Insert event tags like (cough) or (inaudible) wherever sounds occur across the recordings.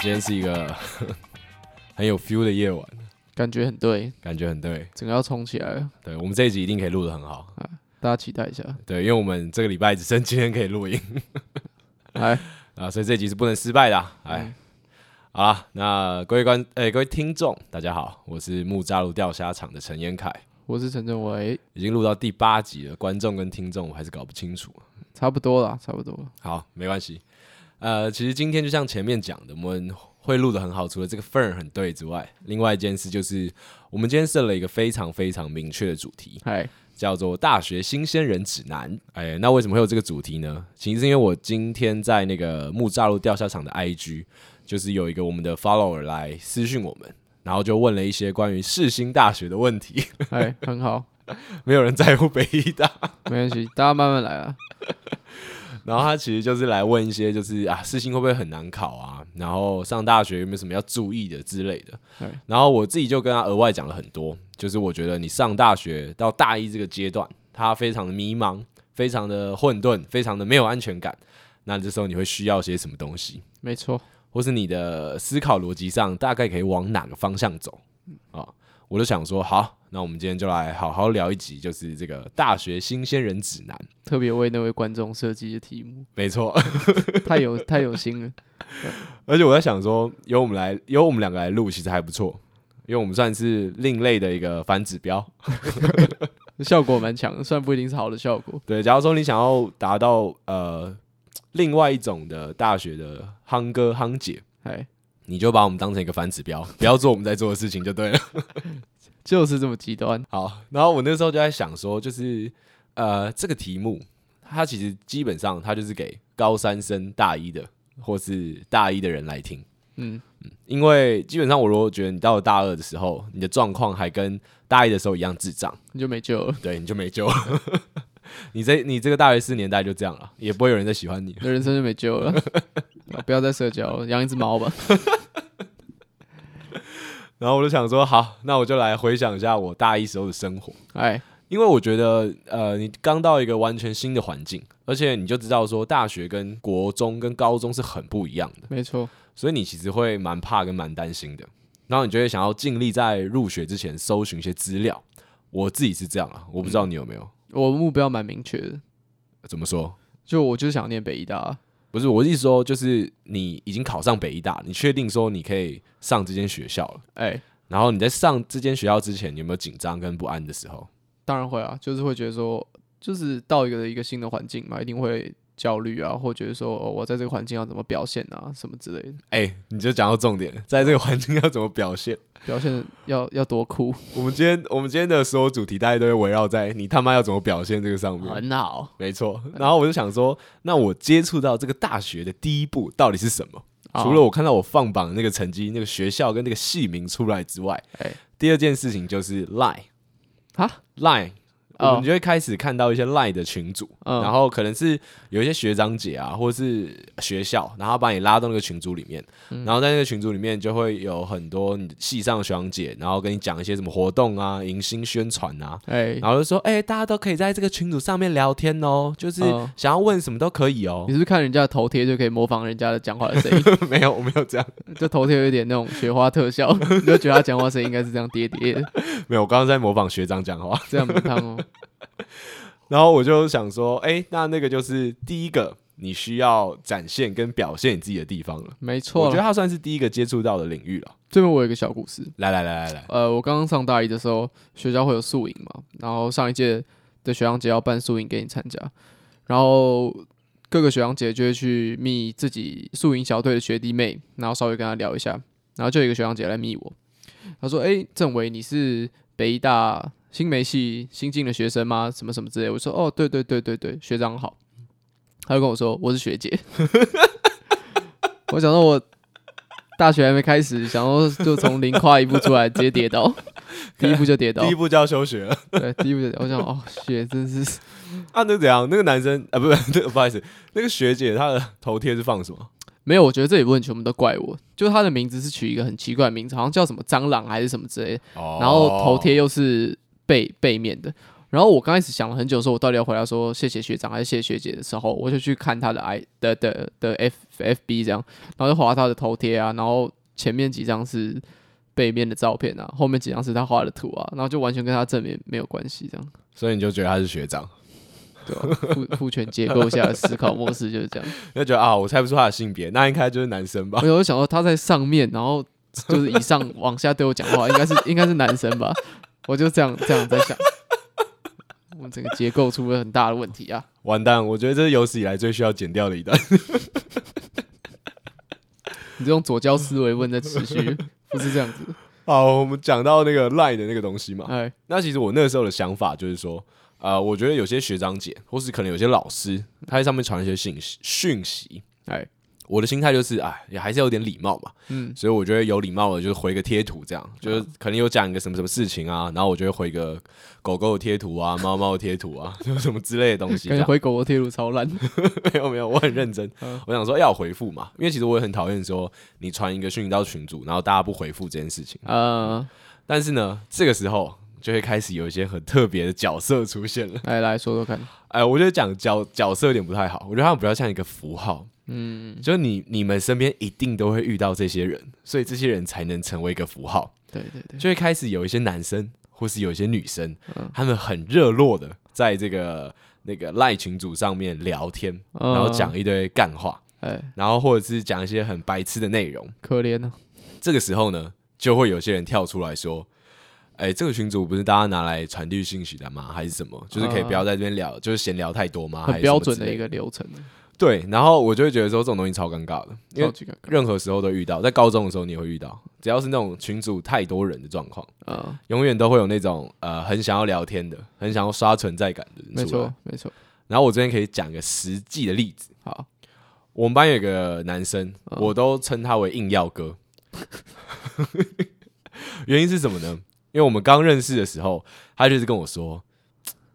天是一个 (laughs) 很有 feel 的夜晚，感觉很对，感觉很对。整个要冲起来了，对我们这一集一定可以录得很好，大家期待一 (laughs) 下。对，因为我们这个礼拜只剩今天可以录音来，啊，所以这一集是不能失败的啊、哎哎，，好啦，那各位观，哎、各位听众，大家好，我是木栅路钓虾场的陈彦凯，我是陈正伟，已经录到第八集了，观众跟听众我还是搞不清楚。差不多啦，差不多了。好，没关系。呃，其实今天就像前面讲的，我们会录的很好，除了这个份儿很对之外，另外一件事就是，我们今天设了一个非常非常明确的主题，嗨，叫做《大学新鲜人指南》。哎，那为什么会有这个主题呢？其实是因为我今天在那个木栅路钓虾场的 IG，就是有一个我们的 follower 来私讯我们，然后就问了一些关于世新大学的问题， (laughs) 嗨，哎 (laughs) 很好，没有人在乎北医大。没关系，大家慢慢来啊。然后他其实就是来问一些，就是啊，世新会不会很难考啊？然后上大学有没有什么要注意的之类的对。然后我自己就跟他额外讲了很多，就是我觉得你上大学到大一这个阶段，他非常的迷茫，非常的混沌，非常的没有安全感。那这时候你会需要些什么东西，没错，或是你的思考逻辑上大概可以往哪个方向走啊？我就想说，好，那我们今天就来好好聊一集，就是这个大学新鲜人指南。特别为那位观众设计的题目，没错，太有太有心了。而且我在想说，由我们来，由我们两个来录，其实还不错，因为我们算是另类的一个反指标。效果蛮强的，虽然不一定是好的效果。对，假如说你想要达到呃另外一种的大学的夯哥夯姐，哎，你就把我们当成一个反指标，不要做我们在做的事情就对了。 (laughs) 就是这么极端。好，然后我那时候就在想说，就是呃这个题目，它其实基本上它就是给高三生、大一的或是大一的人来听。嗯，因为基本上我如果觉得你到了大二的时候，你的状况还跟大一的时候一样智障，你就没救了，对，你就没救了。 (laughs) 你这你这个大学四年代就这样了，也不会有人再喜欢你了。你的人生就没救了。啊不要再社交了，养一只猫吧。然后我就想说，好，那我就来回想一下我大一时候的生活，哎，因为我觉得，呃，你刚到一个完全新的环境，而且你就知道说，大学跟国中跟高中是很不一样的，没错，所以你其实会蛮怕跟蛮担心的。然后你就会想要尽力在入学之前搜寻一些资料。我自己是这样啊，我不知道你有没有。我目标蛮明确的，怎么说？就我就是想念北医大啊。不是我的意思说，就是你已经考上北医大，你确定说你可以上这间学校了。哎，然后你在上这间学校之前，你有没有紧张跟不安的时候？当然会啊，就是会觉得说，就是到一个一个新的环境嘛，一定会焦虑啊，或觉得说、哦我在这个环境要怎么表现啊，什么之类的，哎、你就讲到重点了，在这个环境要怎么表现？表现得要要多酷，我们今天我们今天的所有主题，大概都会围绕在你他妈要怎么表现这个上面。很好没错。然后我就想说，那我接触到这个大学的第一步到底是什么？除了我看到我放榜那个成绩、那个学校跟那个系名出来之外，哎第二件事情就是 Line 啊， Line，、哦我们就会开始看到一些 Line 的群组，嗯然后可能是有一些学长姐啊，或是学校，然后把你拉到那个群组里面，嗯然后在那个群组里面就会有很多你系上的学长姐，然后跟你讲一些什么活动啊、迎新宣传啊，哎、然后就说，哎、大家都可以在这个群组上面聊天哦，就是嗯想要问什么都可以哦 (laughs) 你。是不是看人家的头贴就可以模仿人家的讲话的声音？ (laughs) 没有，我没有这样，就头贴有一点那种雪花特效，你就觉得他讲话声音应该是这样叠叠的，没有，我刚刚在模仿学长讲话。 (laughs) 这样不烫哦。然后我就想说，哎、那那个就是第一个你需要展现跟表现你自己的地方了。没我错觉得啦，它算是第一个接触到的领域了。这边我有一个小故事，来来来来来，呃，我刚刚上大一的时候，学校会有宿营嘛，然后上一届的学长姐要办宿营给你参加，然后各个学长姐就会去密自己宿营小队的学弟妹，然后稍微跟他聊一下，然后就有一个学长姐来密我，她说：“哎、郑伟，你是北医大新媒系新进的学生吗？什么什么之类。”我说：“哦，对对对对对，学长好。”他就跟我说：“我是学姐。” (laughs) 我想到我大学还没开始，想说就从零跨一步出来，直接 (laughs) 跌倒，第一步就跌倒第一，步就要休学了。 (laughs) 对，第一步就跌倒我想哦，学真是啊，那怎样？那个男生啊，不是，那个不好意思，那个学姐她的头贴是放什么？没有，我觉得这也不能全部都怪我，就是他的名字是取一个很奇怪的名字，好像叫什么蟑螂还是什么之类的，哦然后头贴又是背背面的，然后我刚开始想了很久，说我到底要回答说谢谢学长还是谢谢学姐的时候，我就去看他的 I 的的的 F F B 这样，然后就划他的头贴啊，然后前面几张是背面的照片啊，后面几张是他画的图啊，然后就完全跟他正面没有关系，这样所以你就觉得他是学长，对吧、父父权结构下的思考模式就是这样。你就觉得啊，我猜不出他的性别，那应该就是男生吧 (laughs) 没？有，我就想说他在上面，然后就是以上往下对我讲话，应该是应该是男生吧？我就这样这样在想，我们整个结构出了很大的问题啊！完蛋，我觉得这是有史以来最需要剪掉的一段。你这种左交思维问在持续，不是这样子。好，我们讲到那个赖的那个东西嘛，哎，那其实我那时候的想法就是说，呃，我觉得有些学长姐，或是可能有些老师，他在上面传一些信息讯息，哎，我的心态就是，哎，也还是要有点礼貌嘛，嗯，所以我觉得有礼貌的就是回个贴图，这样就是可能有讲一个什么什么事情啊，然后我就会回个狗狗的贴图 (laughs) 啊、猫猫的贴图啊， (laughs) 就什么之类的东西这感觉样。回狗狗贴路超烂。 (laughs) 没有没有，我很认真嗯，我想说要回复嘛，因为其实我也很讨厌说你传一个讯息到群组，然后大家不回复这件事情。呃，但是呢，这个时候就会开始有一些很特别的角色出现了。来来说说看，哎，我觉得讲角角色有点不太好，我觉得他们比较像一个符号。嗯，就是你你们身边一定都会遇到这些人，所以这些人才能成为一个符号。对对对，就会开始有一些男生或是有一些女生，嗯他们很热络的在这个那个赖群组上面聊天，嗯然后讲一堆干话，哎，然后或者是讲一些很白痴的内容。可怜啊，这个时候呢，就会有些人跳出来说。哎，这个群组不是大家拿来传递信息的吗？还是什么？就是可以不要在这边聊，就是闲聊太多啊吗？还嗯很是什么标准之的类一个流程，对。然后我就会觉得说，这种东西超尴尬的，因超为级尴尬。任何时候都遇到，在高中的时候你也会遇到，只要是那种群组太多人的状况。呃，永远都会有那种呃很想要聊天的、很想要刷存在感的人没出来错没错，然后我这边可以讲个实际的例子，好，我们班有个男生，嗯我都称他为硬要哥。 (laughs) 原因是什么呢？因为我们刚认识的时候，他就是跟我说：“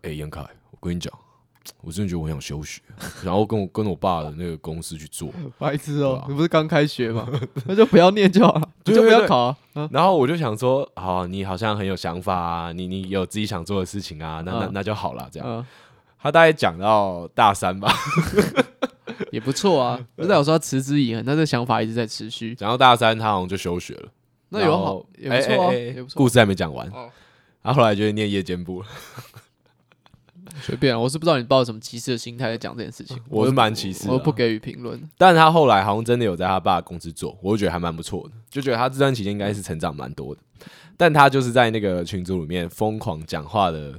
哎、严凯，我跟你讲，我真的觉得我很想休学，然后跟我跟我爸的那个公司去 (laughs) 做。”白痴对哦啊，你不是刚开学吗？ (laughs) 那就不要念就好了，对就不对要对考啊。啊然后我就想说：“好、啊你好像很有想法啊，你你有自己想做的事情啊，那那嗯那就好啦。”这样。嗯，他大概讲到大三吧， (laughs) 也不 (laughs) 错啊。不是我说他持之以恒，他这想法一直在持续，讲到大三，他好像就休学了。那然有后好也不错啊，哎哎哎也不故错。事还没讲完，哦然后后来就念夜间部了。随便啊，我是不知道你抱着什么歧视的心态在讲这件事情， (laughs) 我是蛮歧视的啊我不给予评论。但他后来好像真的有在他爸的公司做，我就觉得还蛮不错的，就觉得他这段期间应该是成长蛮多的。但他就是在那个群组里面疯狂讲话的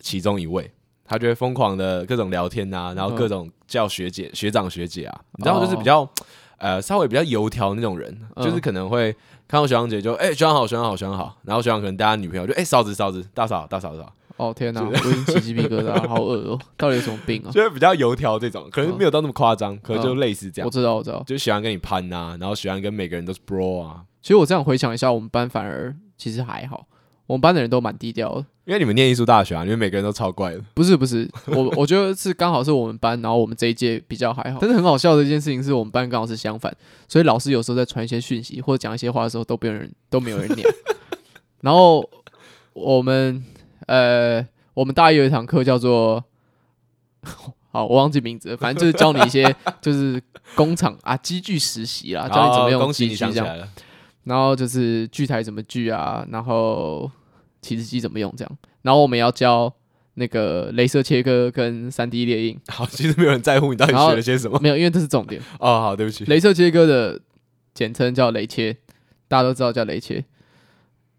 其中一位，他就会疯狂的各种聊天啊，嗯然后各种叫学姐、学长、学姐啊，你知道，就是比较、呃稍微比较油条那种人，哦嗯就是可能会看到学长姐就哎、学长好，学长好，学长好，然后学长可能带他女朋友就哎、嫂子嫂子大嫂大嫂大嫂，哦天哪，我已经起鸡皮疙瘩了，好恶 (laughs) 哦，到底有什么病啊？就是比较油条这种，可能没有到那么夸张，可能就类似这样我，知嗯道，我知道。就喜欢跟你攀呐、然后喜欢跟每个人都是 bro 啊，其实我这样回想一下，我们班反而其实还好，我们班的人都蛮低调的。因为你们念艺术大学啊，你们每个人都超怪的，不是不是，我我觉得是刚好是我们班，然后我们这一届比较还好。但是很好笑的一件事情是我们班刚好是相反，所以老师有时候在传一些讯息或者讲一些话的时候，都没有人都没有人鸟。然后我们呃，我们大一有一堂课叫做，好，我忘记名字了，反正就是教你一些就是工厂啊机具实习啦，啊哦教你怎然么后用哦恭喜机你具想起这样。来了，然后就是锯台怎么锯啊，然后起子机怎么用这样，然后我们也要教那个镭射切割跟三 D 列印，好，其实没有人在乎你到底学了些什么没有，因为这是重点。哦，好，对不起，镭射切割的简称叫雷切，大家都知道叫雷切。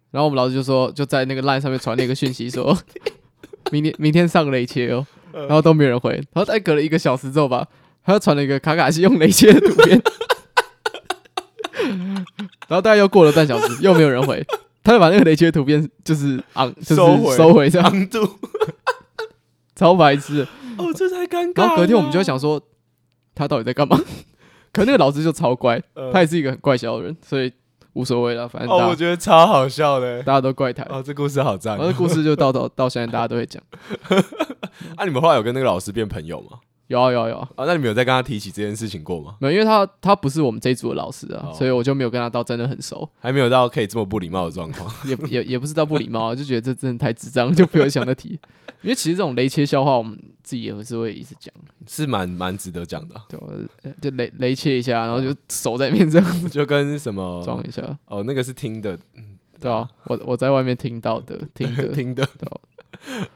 然后我们老师就说，就在那个 line 上面传了一个讯息说， (laughs) 明天明天上雷切哦，嗯然后都没有人回。然后再隔了一个小时之后吧，他又传了一个卡卡西用雷切的图片，然后大概又过了半小时，又没有人回，他就把那个雷切的图片就是昂，就是收回收回这样，长度，超白痴的。哦，这才尴尬。然后隔天我们就会，想说，他到底在干嘛？ (laughs) 可那个老师就超乖，呃他也是一个很怪小的人，所以无所谓了，反正大哦，家、我觉得超好笑的，大家都怪他。哦，这故事好赞然后这故事就到到到现在大家都会讲，啊！你们后来有跟那个老师变朋友吗？有啊有啊有啊，啊，那你们有在跟他提起这件事情过吗？没有，因为他他不是我们这一组的老师啊，哦所以我就没有跟他到真的很熟，还没有到可以这么不礼貌的状况。 (laughs) 也也也不是到不礼貌啊，就觉得这真的太智障，就不要想再 (laughs) 提。因为其实这种雷切笑话，我们自己也是会一直讲，是蛮蛮值得讲的啊、对吧，呃就雷雷切一下，然后就手在面这样就跟什么装一下，哦，那个是听的，对啊，我我在外面听到的，听的， (laughs) 听的对啊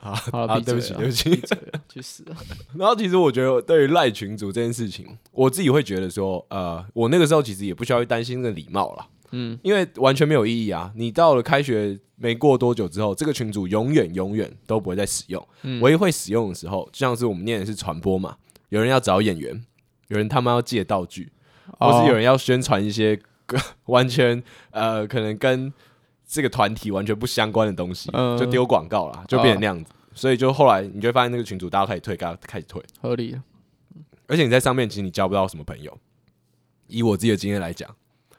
啊好了，啊，闭对不嘴起，啊对不起闭。嘴啊，去死啊！ (laughs) 然后其实我觉得对于赖群主这件事情，我自己会觉得说，呃，我那个时候其实也不需要去担心这礼貌啦，嗯，因为完全没有意义啊。你到了开学没过多久之后，这个群主永远永远都不会再使用。嗯唯一会使用的时候，就像是我们念的是传播嘛，有人要找演员，有人他妈要借道具，哦或是有人要宣传一些 (laughs) 完全呃可能跟这个团体完全不相关的东西，嗯哦就丢广告啦，就变成那样子。所以就后来你就会发现那个群主大家开始退，大家开始退，合理，而且你在上面其实你交不到什么朋友。以我自己的经验来讲，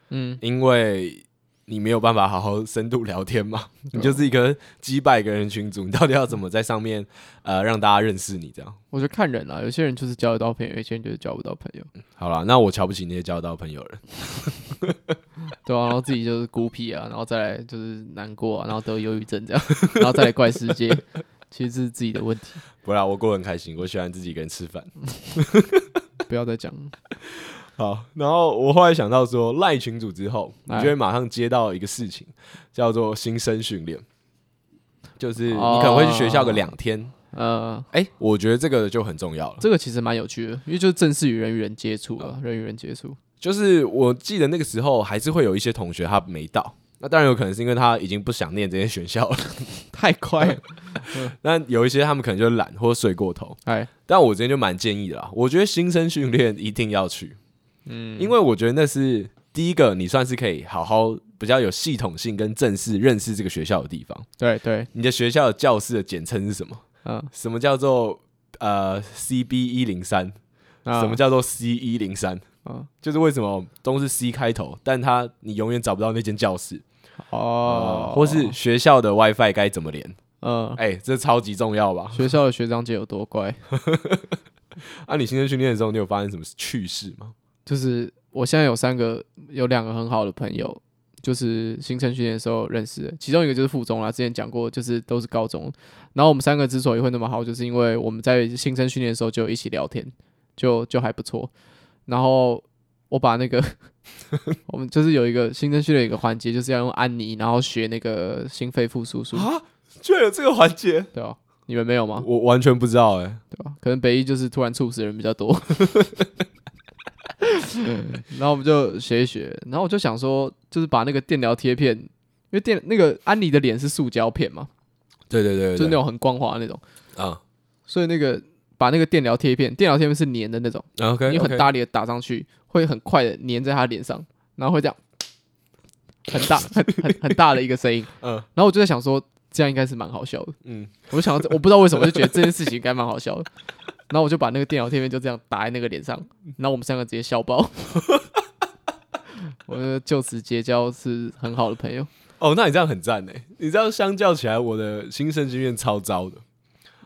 嗯，因为你没有办法好好深度聊天 (laughs) 嘛，啊你就是一个几百个人的群组，你到底要怎么在上面呃让大家认识你？这样我觉得看人啦，有些人就是交得到朋友，有些人就是交不到朋友，好啦，那我瞧不起那些交到朋友的人，对啊，然后自己就是孤僻啊，然后再来就是难过啊，然后得忧郁症这样， (laughs) 然后再来怪世界，其实这是自己的问题，不啦，我过得很开心，我喜欢自己一个人吃饭。不要再讲了。好，然后我后来想到说，赖群主之后，你哎就会马上接到一个事情，叫做新生训练，就是你哦可能会去学校个两天。呃，哎、我觉得这个就很重要了。这个其实蛮有趣的，因为就是正式与人与人接触啊，人与人接触，就是我记得那个时候还是会有一些同学他没到，那当然有可能是因为他已经不想念这些学校了， (laughs) 太快 (laughs) 了，那有一些他们可能就懒或睡过头。哎，但我之前就蛮建议的啦，我觉得新生训练一定要去，嗯，因为我觉得那是第一个，你算是可以好好比较有系统性跟正式认识这个学校的地方。对对，你的学校的教室的简称是什么？嗯，什么叫做呃 CB 一零三？啊什么叫做 C 一零三？啊就是为什么都是 C 开头，但它你永远找不到那间教室哦，或是学校的 WiFi 该怎么连？嗯，哎、这超级重要吧？学校的学长姐有多乖，啊，你新生训练的时候，你有发生什么趣事吗？就是我现在有三个，有两个很好的朋友，就是新生训练的时候认识的，其中一个就是附中啦，之前讲过，就是都是高中。然后我们三个之所以会那么好，就是因为我们在新生训练的时候就一起聊天，就就还不错。然后我把那个 (laughs) 我们就是有一个新生训练有一个环节，就是要用安妮，然后学那个心肺复苏术，啊，居然有这个环节，对吧、你们没有吗？我完全不知道哎、对吧？可能北一就是突然猝死的人比较 (laughs) 多。嗯然后我们就学一学，然后我就想说，就是把那个电疗贴片，因为电那个安妮的脸是塑胶片嘛，对对对就是对那种很光滑的那种，对，啊、所以那个把那个电疗贴片，电疗贴片是粘的那种， o k 你很大力的打上去，会很快的粘在她脸上，然后会这样，很大很很很大的一个声音。 (laughs) 嗯然后我就在想说，这样应该是蛮好笑的。嗯，我想要，我不知道为什么，我就觉得这件事情应该蛮好笑的。然后我就把那个电脑贴片就这样打在那个脸上，然后我们三个直接 (laughs) 笑爆。我就就此结交是很好的朋友哦，那你这样很赞哎，你这样相较起来，我的新生训练超糟的。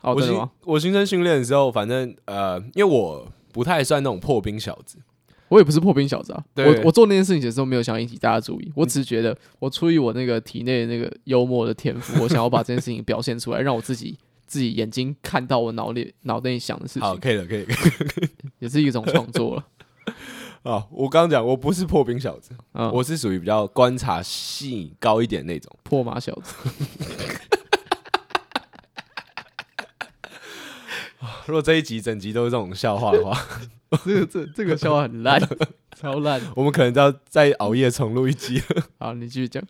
哦，我真新的吗？我新生训练的时候，反正呃，因为我不太算那种破冰小子，我也不是破冰小子啊，对嗯我我做那件事情的时候没有想引起大家注意，我只是觉得我出于我那个体内的那个幽默的天赋，我想要把这件事情表现 (laughs) 出来，让我自己自己眼睛看到我脑里脑袋里想的事好，情，可以了，可以 (laughs) 了。也是一种创 (laughs) 作了。啊，我刚刚讲，我不是破冰小子，嗯，我是属于比较观察性高一点那种。破马小子， (laughs) 如果这一集整集都是这种笑话的话， (laughs) 这个这这个笑话很烂，超烂。我们可能就要再熬夜重录一集。好，你继续讲。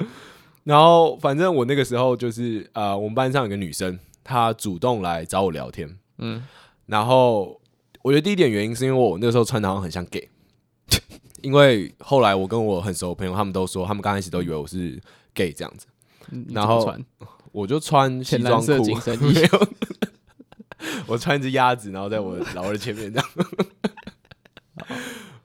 然后，反正我那个时候就是呃，我们班上有个女生，她主动来找我聊天。嗯，然后，我觉得第一点原因是因为我那个时候穿的好像很像 gay，因为后来我跟我很熟的朋友，他们都说，他们刚开始都以为我是 gay 这样子。嗯然后你怎么穿我就穿西浅蓝装色裤，紧 (laughs) 身没衣，有，我穿一只鸭子，然后在我老二前面这样，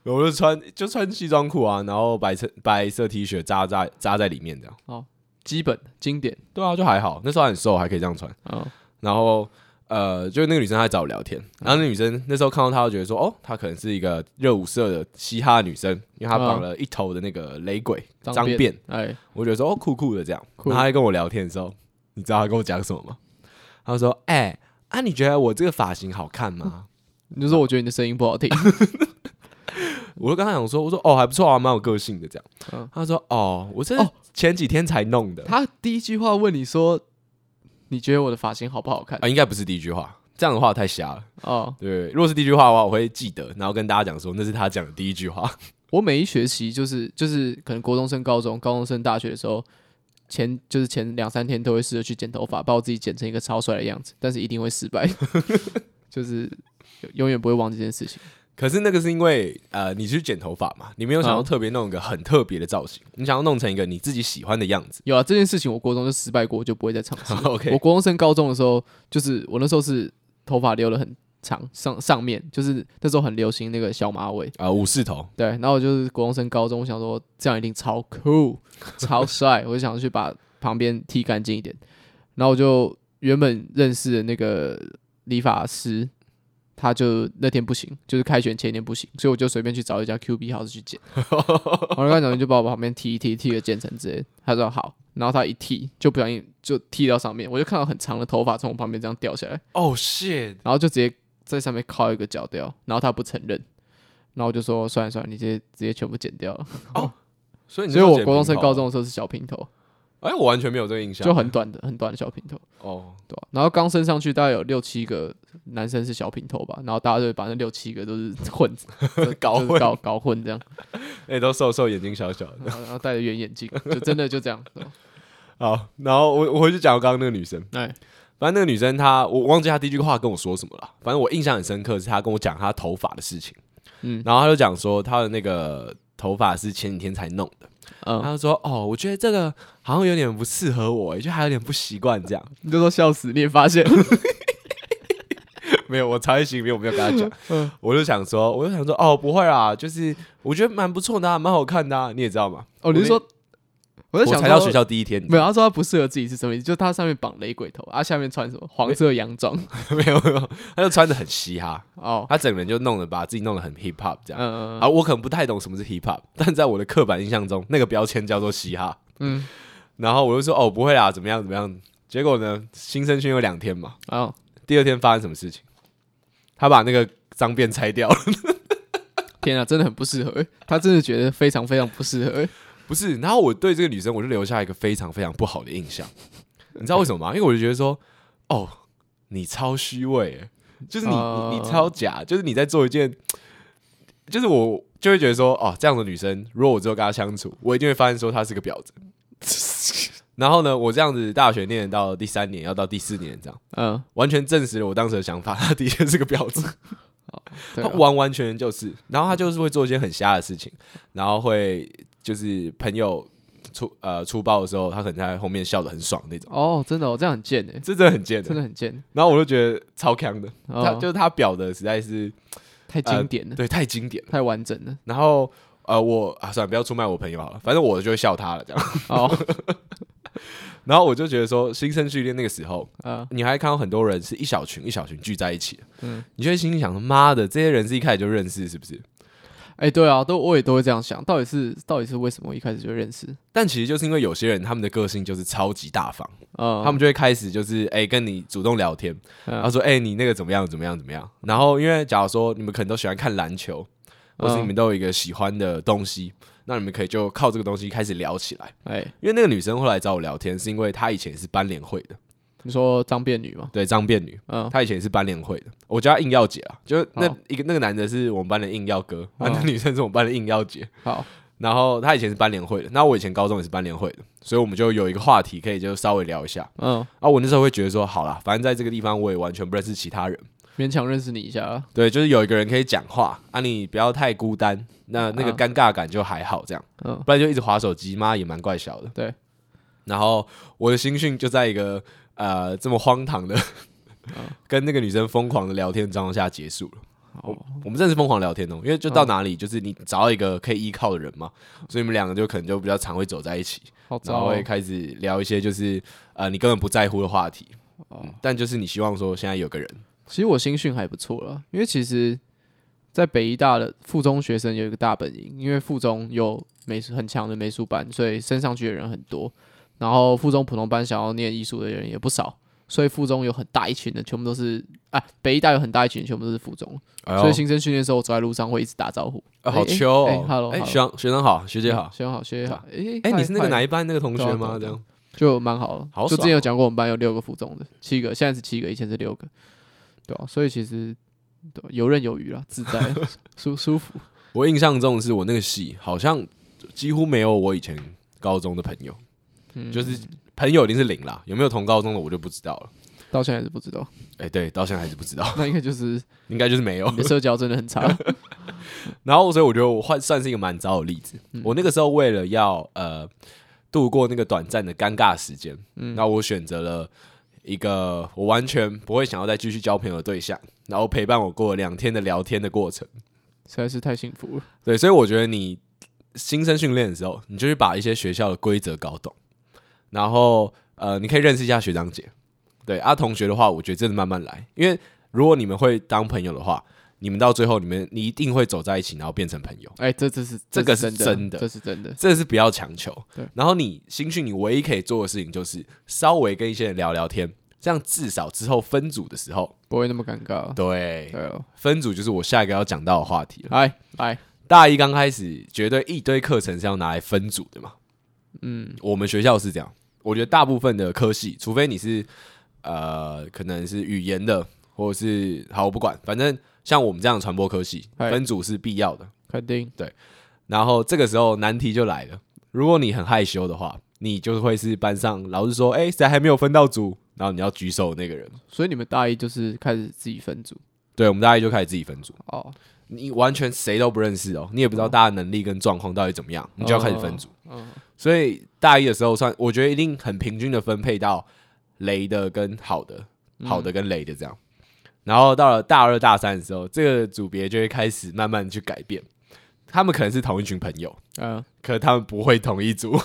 (laughs) 我就穿就穿西装裤啊，然后白色白色 T 恤扎在扎在里面这样，基本经典对啊，就还好，那时候还很瘦，还可以这样穿。啊、哦然后呃，就是那个女生她来找我聊天，嗯然后那女生那时候看到她，就觉得说，哦，她可能是一个热舞社的嘻哈女生，因为她绑了一头的那个雷鬼脏辫，哎， (laughs) 我觉得说，哦，酷酷的这样。酷然后她在跟我聊天的时候，你知道她跟我讲什么吗？她说，哎、啊，你觉得我这个发型好看吗？你就说我觉得你的声音不 (laughs) 好听，我就跟她讲说，我说，哦，还不错啊，蛮有个性的这样。嗯她说，哦，我是哦前几天才弄的，他第一句话问你说，你觉得我的发型好不好看？啊，应该不是第一句话，这样的话太瞎了。哦，对，如果是第一句话的话，我会记得，然后跟大家讲说那是他讲的第一句话。 (laughs) 我每一学期就是就是可能国中升高中、高中升大学的时候，前就是前两三天都会试着去剪头发，把我自己剪成一个超帅的样子，但是一定会失败， (laughs) 就是永远不会忘记这件事情。可是那个是因为呃，你去剪头发嘛，你没有想要特别弄一个很特别的造型，你想要弄成一个你自己喜欢的样 (laughs) 子。有啊，这件事情我国中就失败过，我就不会再尝试了。 OK，我国中升高中的时候，就是我那时候是头发留了很长，上上面就是那时候很流行那个小马尾，啊、武士头，对，然后我就是国中升高中，我想说这样一定超酷、超帅，我就想去把旁边剃干净一点。然后我就原本认识的那个理发师，他就那天不行，就是开学前一天不行，所以我就随便去找一家 Q B house 去剪。然后我跟他讲，你就把我旁边剃一剃，剃个渐层之类的。他说好，然后他一剃就不小心就剃到上面，我就看到很长的头发从我旁边这样掉下来。哦、shit，然后就直接在上面敲一个脚掉，然后他不承认，然后我就说算了算了，你直接直接全部剪 (laughs) 掉了。所以你所以我国中升升高，中的时候是小平头，哎、我完全没有这个印象，就很短的很短的小平头，哦，对吧、然后刚升上去大概有六七个男生是小平头吧，然后大家就把那六七个都是混 (laughs) 子搞混就是搞搞混这样，哎、都瘦瘦，眼睛小小的。然后然后戴着圆眼镜，就真的就这样。对吧好，然后我我回去讲我刚刚那个女生，哎，反正那个女生她，我忘记她第一句话跟我说什么了。反正我印象很深刻，是她跟我讲她头发的事情。嗯然后她就讲说她的那个头发是前几天才弄的。嗯，她就说：“哦，我觉得这个好像有点不适合我，也就还有点不习惯这样。 (laughs) 你就说笑死，你也发现，没有，我超级没有，我没有跟她讲。嗯我就想说，我就想说，哦，不会啦，就是我觉得蛮不错的、啊，蛮好看的、啊。你也知道嘛？ (laughs) 哦，你是说我我在想才到说学校第一天， (laughs) 没有，他说他不适合自己是什么意思？就他上面绑雷鬼头，啊，下面穿什么黄色洋装？没有没有，她就穿的很嘻哈，哦，她整个人就弄得把自己弄得很 hip hop 这样。嗯嗯啊，我可能不太懂什么是 hip hop，但在我的刻板印象中，那个标签叫做嘻哈。嗯，然后我就说哦，不会啦，怎么样怎么样？结果呢，新生训有两天嘛，哦，第二天发生什么事情？他把那个脏辫拆掉了，天啊，真的很不适合 (laughs) 欸，他真的觉得非常非常不适合欸。不是？然后我对这个女生，我就留下一个非常非常不好的印象。你知道为什么吗？因为我就觉得说，哦，你超虚伪欸，就是你、你你哦超假，就是你在做一件，就是我就会觉得说，哦，这样的女生，如果我之后跟她相处，我一定会发现说她是个婊子。然后呢，我这样子大学念到第三年，要到第四年这样，嗯，完全证实了我当时的想法，她的确是个婊子，对她啊，完完全全就是。然后她就是会做一些很瞎的事情，然后会就是朋友出呃出包的时候，她可能在后面笑得很爽那种，哦，真的哦，这样很贱哎，这真的很贱真的。的很贱，然后我就觉得超强的，哦嗯她啊就是她表的实在是太呃经典了，对太经典了。太完整 (laughs) 了。然后呃我啊算了，不要出卖我朋友好了，反正我就会笑她了这样。 (laughs) 哦，然后我就觉得说，新生训练那个时候，啊，你还看到很多人是一小群一小群聚在一起的，嗯你就会心里想说，妈的，这些人是一开始就认识是不是？哎，对啊，都我也都会这样想，到底是到底是为什么我一开始就认识？但其实就是因为有些人他们的个性就是超级大方，嗯，他们就会开始就是哎、跟你主动聊天，然后嗯说哎、你那个怎么样怎么样怎么样，然后因为假如说你们可能都喜欢看篮球，或是嗯你们都有一个喜欢的东西，那你们可以就靠这个东西开始聊起来。哎，因为那个女生后来找我聊天，是因为她以前也是班联会的，你说脏辫女吗？对张变女，嗯，她以前也是班联会的，我叫她硬要姐啊，就是那好一个那个男的是我们班的硬要哥，啊，哦那女生是我们班的硬要姐。好，然后她以前是班联会的，那我以前高中也是班联会的，所以我们就有一个话题可以就稍微聊一下。嗯，啊，我那时候会觉得说，好啦，反正在这个地方我也完全不认识其他人，勉强认识你一下啊，对，就是有一个人可以讲话，啊，你不要太孤单，那那个嗯尴尬感就还好这样，嗯，不然就一直划手机，妈也蛮怪小的。对，然后我的新训就在一个呃这么荒唐的嗯 (laughs) 跟那个女生疯狂的聊天状况下结束了。哦，我们真的是疯狂聊天哦，因为就嗯到哪里就是你找到一个可以依靠的人嘛，所以你们两个就可能就比较常会走在一起，好然后糟哦，会开始聊一些就是呃你根本不在乎的话题。哦嗯，但就是你希望说现在有个人，其实我新训还不错啦，因为其实，在北医大的附中学生有一个大本营，因为附中有美术很强的美术班，所以升上去的人很多。然后附中普通班想要念艺术的人也不少，所以附中有很大一群人，全部都是啊，北医大有很大一群全部都是附中，哎所以新生训练的时候，我走在路上会一直打招呼。啊好哎哎秋哦哎，hello，哎 hello 学长学长好，学姐好，学好，学好。哎哎，你是那个嗨哪一班那个同学对啊对吗？啊这样就蛮好了。好就爽哦之前有讲过，我们班有六个附中的，七个，现在是七个，以前是六个，对啊，所以其实对吧游刃有余啦，自 (laughs) 在舒舒服。我印象中是我那个系好像几乎没有我以前高中的朋友，嗯，就是朋友一定是零啦，有没有同高中的我就不知道了。到现在还是 (laughs) 不知道，哎，对，到现在还是不知道，那应该就是应该就是没有你。的社交真的 (laughs) 很差。然后，所以我觉得我换算是一个蛮糟的例子。我那个时候为了要呃度过那个短暂的尴尬时间，那我选择了一个我完全不会想要再继续交朋友的对象，然后陪伴我过了两天的聊天的过程。实在是太幸福了。对，所以我觉得你新生训练的时候，你就去把一些学校的规则搞懂，然后呃，你可以认识一下学长姐。对啊，同学的话，我觉得真的慢慢来，因为如果你们会当朋友的话，你们到最后你们你一定会走在一起，然后变成朋友。哎、这这是这个是是真真的这是真的。这是不要强求对。然后你新训，你唯一可以做的事情就是稍微跟一些人聊聊天，这样至少之后分组的时候，不会那么尴尬。啊对，对哎哦，分组就是我下一个要讲到的话题了。来来，大一刚开始，绝对一堆课程是要拿来分组的嘛。嗯，我们学校是这样，我觉得大部分的科系，除非你是呃，可能是语言的，或者是好，我不管，反正像我们这样的传播科系，嗨分组是必要的。肯定然后这个时候难题就来了，如果你很害羞的话，你就会是班上老师说，哎、谁还没有分到组，然后你要举手的那个人。所以你们大一就是开始自己分组对，我们大家就开始自己分组，哦，你完全谁都不认识哦，你也不知道大家能力跟状况到底怎么样，你就要开始分组。嗯，所以大一的时候算，我觉得一定很平均的分配到雷的跟好的，好的跟雷的这样。然后到了大二大三的时候，这个组别就会开始慢慢去改变，他们可能是同一群朋友，嗯，可他们不会同一组。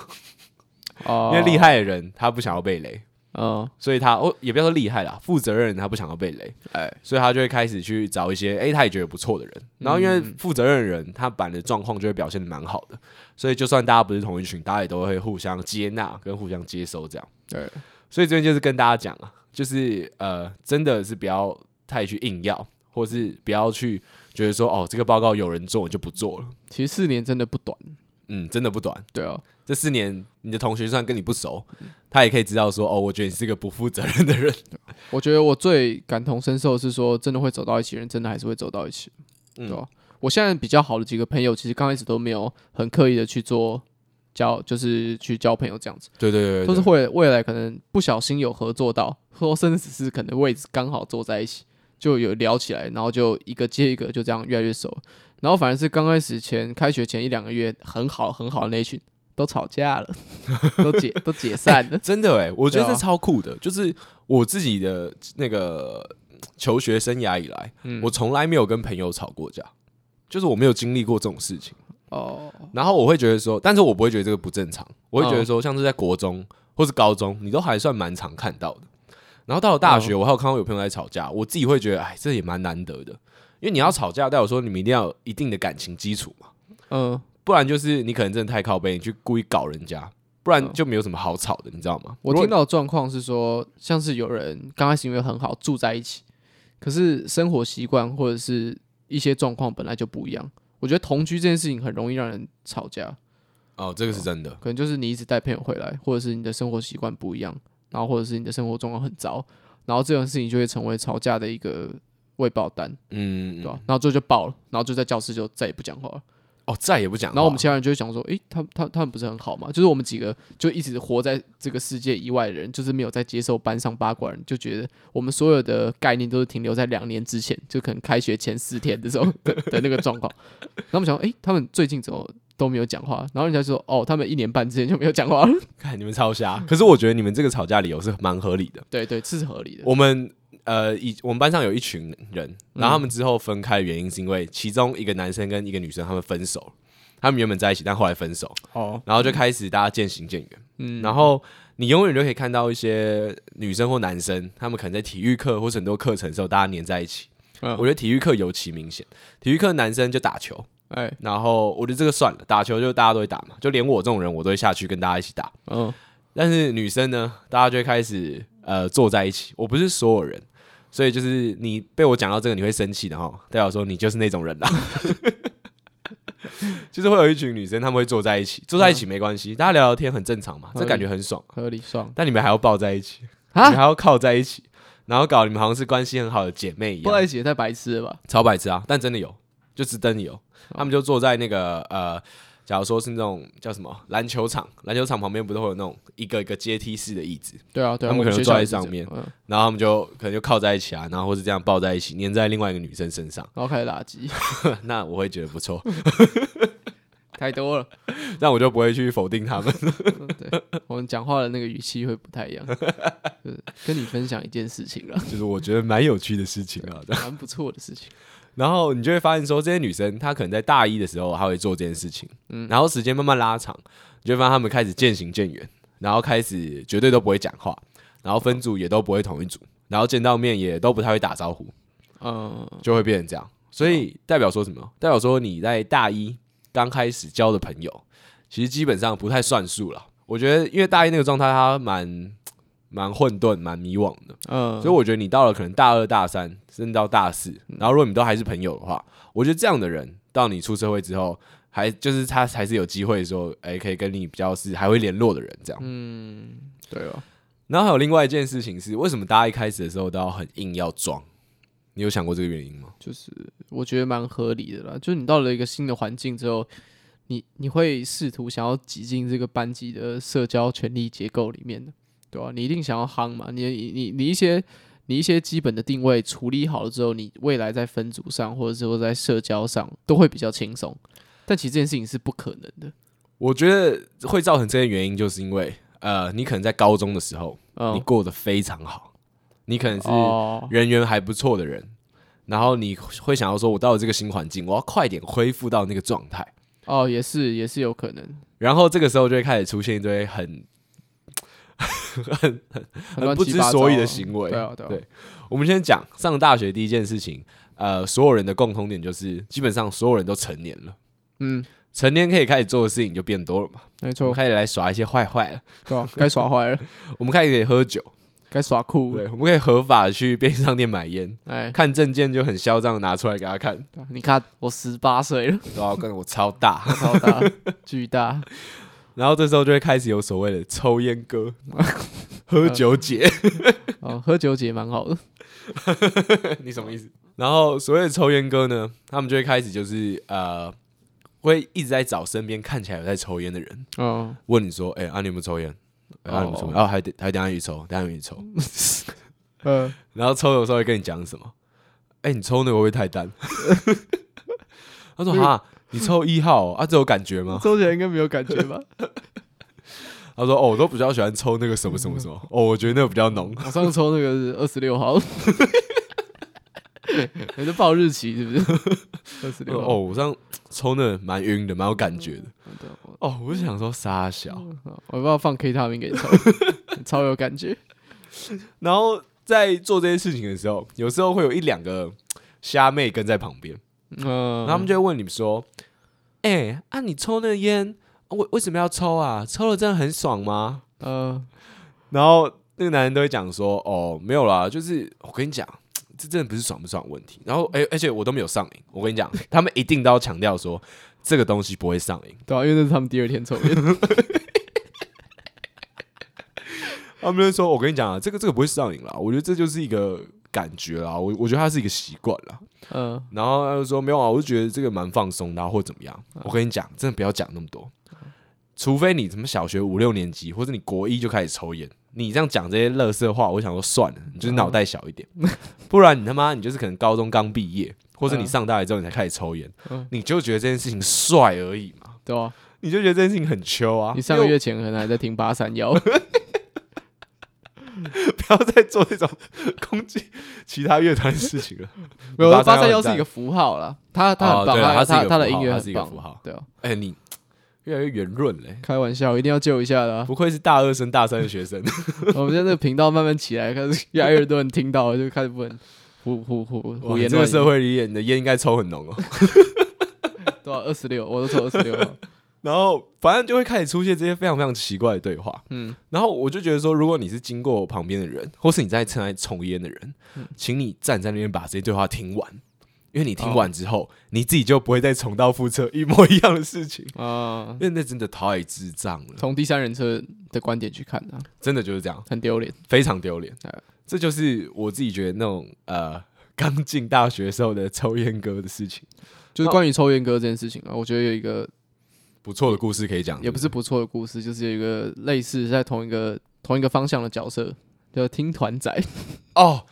哦，因为厉，害的人他不想要被雷，嗯，所以他哦也不要说厉害啦，负责任的人他不想要被雷，哎，所以他就会开始去找一些诶，他也觉得不错的人。然后因为负责任的人他版的状况就会表现的蛮好的，所以就算大家不是同一群，大家也都会互相接纳跟互相接收这样。对，所以这边就是跟大家讲啊，就是呃真的是不要太去硬要，或是不要去觉得说哦这个报告有人做我就不做了，其实四年真的不短，嗯，真的不短。对啊，这四年，你的同学就算跟你不熟，他也可以知道说，哦，我觉得你是个不负责任的人。我觉得我最感同身受的是说，真的会走到一起，人真的还是会走到一起，嗯对吧、啊我现在比较好的几个朋友，其实刚开始都没有很刻意的去做交，就是去交朋友这样子， (laughs) 对对对都是会未来可能不小心有合作到，或甚至只是可能位置刚好坐在一起，就有聊起来，然后就一个接一个就这样越来越熟。然后反而是刚开始前开学前一两个月很好很好的那一群都吵 (laughs) 架了，都解都解散了。真的哎，我觉得对这啊超酷的。就是我自己的那个嗯求学生涯以来，嗯我从来没有跟朋友吵过架，就是我没有经历过这种事情。哦，然后我会觉得说，但是我不会觉得这个不正常，我会觉嗯得说，像是在国中或是高中，你都还算蛮常看到的。然后到了大嗯学，我还有看到有朋友在吵架，我自己会觉得，哎，这也蛮难得的，因为你要吵架，代表说你们一定要有一定的感情基础嘛。嗯，不然就是你可能真的太靠背，你去故意搞人家，不嗯然就没有什么好吵的，你知道吗？我如果听到的状况是说，像是有人刚开始因为很好住在一起，可是生活习惯或者是一些状况本来就不一样。我觉得同居这件事情很容易让人吵架，哦，这个是真的，可能就是你一直带朋友回来，或者是你的生活习惯不一样，然后或者是你的生活状况很糟，然后这种事情就会成为吵架的一个未爆弹，嗯，对吧、啊然后最后就爆了，然后就在教室就再也不讲话了。哦，再也不讲话。然后我们其他人就会想说，诶，他他他们不是很好吗？就是我们几个就一直活在这个世界以外的人，就是没有在接受班上八卦的人，就觉得我们所有的概念都是停留在两年之前，就可能开学前四天的时候 (laughs) (laughs) 的的那个状况。然后我们想说，诶，他们最近怎么都没有讲话？然后人家就说，哦，他们一年半之前就没有讲 (laughs) 话了。看你们超瞎，嗯可是我觉得你们这个吵架理由是蛮合理的。对对，这是合理的。我们呃，以我们班上有一群人，嗯然后他们之后分开的原因是因为其中一个男生跟一个女生他们分手了，他们原本在一起，但后来分手，哦，然后就开始大家渐行渐远。嗯，然后你永远就可以看到一些女生或男生，他们可能在体育课或是很多课程的时候，大家黏在一起。嗯我觉得体育课尤其明显，体育课男生就打球，哎、然后我觉得这个算了，打球就大家都会打嘛，就连我这种人我都会下去跟大家一起打。嗯，但是女生呢，大家就会开始呃坐在一起。我不是所有人，所以就是你被我讲到这个你会生气的哈，代表说你就是那种人啦。 (laughs) 就是会有一群女生，她们会坐在一起，坐在一起没关系，大家聊聊天很正常嘛，合理这感觉很爽。合理爽但你们还要抱在一起，你们啊，还要靠在一起，然后搞你们好像是关系很好的姐妹一抱在样，一起也太白痴了吧？超白痴啊！但真的有，就只真的有，他们就坐在那个呃，假如说是那种叫什么篮球场，篮球场旁边不是会有那种一个一个阶梯式的椅子，对啊，对啊，他们我可能学校坐在也是这上样面嗯，然后他们就可能就靠在一起啊，然后或是这样抱在一起，粘在另外一个女生身上， (laughs) 然后开始打击，那我会觉得不错， (laughs) (laughs) 太多了。但我就不会去否定他们。 (laughs) 嗯对，我们讲话的那个语气会不太一样。就是跟你分享一件事情啦，啊就是我觉得蛮有趣的事情啊。 (laughs) 蛮不错的事情。然后你就会发现说，这些女生她可能在大一的时候她会做这件事情，然后时间慢慢拉长，你就会发现她们开始渐行渐远，然后开始绝对都不会讲话，然后分组也都不会同一组，然后见到面也都不太会打招呼，嗯，就会变成这样。所以代表说什么？代表说你在大一刚开始交的朋友，其实基本上不太算数了。我觉得，因为大一那个状态，它蛮蛮混沌、蛮迷惘的，嗯，所以我觉得你到了可能大二、大三，甚至到大四，然后如果你们都还是朋友的话，我觉得这样的人到你出社会之后，还就是他还是有机会说，哎、可以跟你比较是还会联络的人这样。对哦了，然后还有另外一件事情是，为什么大家一开始的时候都要很硬要装？你有想过这个原因吗？就是我觉得蛮合理的啦。就是你到了一个新的环境之后，你你会试图想要挤进这个班级的社交权力结构里面的，对吧、你一定想要夯嘛，你你你你一些你一些基本的定位处理好了之后，你未来在分组上或者是说在社交上都会比较轻松。但其实这件事情是不可能的。我觉得会造成这些原因，就是因为呃，你可能在高中的时候，你嗯，过得非常好，你可能是哦，人缘还不错的人，然后你会想要说，我到了这个新环境，我要快点恢复到那个状态，哦，也是也是有可能，然后这个时候就会开始出现一堆很很很乱不七知八所以糟的啊行为。对啊，对啊，对我们先讲上大学第一件事情，呃，所有人的共同点就是，基本上所有人都成年了，嗯，成年可以开始做的事情就变多了嘛，没我错们，开始来耍一些坏坏了，对啊，该耍坏了，我们开始可以喝酒，该耍酷了，对，我们可以合法地去便利商店买烟，哎，看证件就很嚣张，拿出来给他看，对啊你看，我十八岁了，然后跟我超大， (laughs) 超大，巨大，然后这时候就会开始有所谓的抽烟哥、 (laughs) 喝酒姐，哦，喝酒节蛮好的， (laughs) 你什么意思？然后所谓的抽烟哥呢，他们就会开始就是呃，会一直在找身边看起来有在抽烟的人，嗯，问你说，哎、啊你有没有抽烟？哎啊你有没有抽烟？然后还得还等一下去抽，等一下去抽，呃，然后抽的时候会跟你讲什么？哎、你抽那个会不会太淡？ (laughs) 他说哈，你抽一号哦、啊，这有感觉吗？抽起来应该没有感觉吧？他说：“哦，我都比较喜欢抽那个什么什么什嗯么，哦，我觉得那个比较浓。 (laughs) 我上次抽那个是二十六 (laughs) 号，你是报日期是不是？二十六号，哦，我上抽那个蛮晕的，蛮有感觉的。对啊我哦，我就想说傻小。哦我要不要放 K 他命给你抽？ (laughs) 超有感觉，然后在做这些事情的时候，有时候会有一两个虾妹跟在旁边，嗯，然后他们就会问你说：‘哎、啊，你抽那个烟，为为什么要抽啊？抽了真的很爽吗呃，？’然后那个男人都会讲说：‘哦，没有啦，就是我跟你讲。’”这真的不是爽不爽的问题，然后哎、而且我都没有上瘾。我跟你讲，他们一定都要强调说，这个东西不会上瘾。对啊，因为那是他们第二天抽烟，他们就说：“我跟你讲啊，这个这个不会上瘾啦，我觉得这就是一个感觉啦，我我觉得它是一个习惯啦。嗯，”然后他就说：“没有啊，我就觉得这个蛮放松的、啊，或怎么样。”嗯我跟你讲，真的不要讲那么多，除非你什么小学五六年级，或者你国一就开始抽烟，你这样讲这些乐色话，我想说算了，你就是脑袋小一点， (laughs) 不然你他妈你就是可能高中刚毕业，或者你嗯上大学之后你才开始抽烟嗯，你就觉得这件事情帅而已嘛，对啊，你就觉得这件事情很秋啊。你上因个为月前可能还在听八三幺， (laughs) 不要再做这种攻击其他乐团的事情了。没有831 (laughs) 八三幺是一个符号啦，他他哦很棒，对啊它他是一个他的符号音乐它是一很个棒符号，对啊，哎、你越来越圆润嘞。开玩笑，一定要救一下的啊、 (laughs) 不愧是大二升大三的学生， (laughs) (laughs) 我们现在这个频道慢慢起来，开始越来越多人听到了，就开始不能胡胡胡我胡言这个乱社语。会里你的烟应该抽很浓哦。多少啊二十六，我都抽二十六了。 (laughs) 然后反正就会开始出现这些非常非常奇怪的对话。嗯，然后我就觉得说，如果你是经过我旁边的人，或是你在正在抽烟的人，请你站在那边把这些对话听完，因为你听完之后，你自己就不会再重蹈覆辙一模一样的事情。啊、因为那真的太智障 (laughs) 了，从第三人称的观点去看啊，真的就是这样，很丢脸。非常丢脸哎。这就是我自己觉得那种呃，刚进大学时候的抽烟哥的事情，就是关于抽烟哥这件事情啊，我觉得有一个不错的故事可以讲，也不是不错的故事，就是有一个类似在同一个同一个方向的角色，叫听团仔。 (laughs) 哦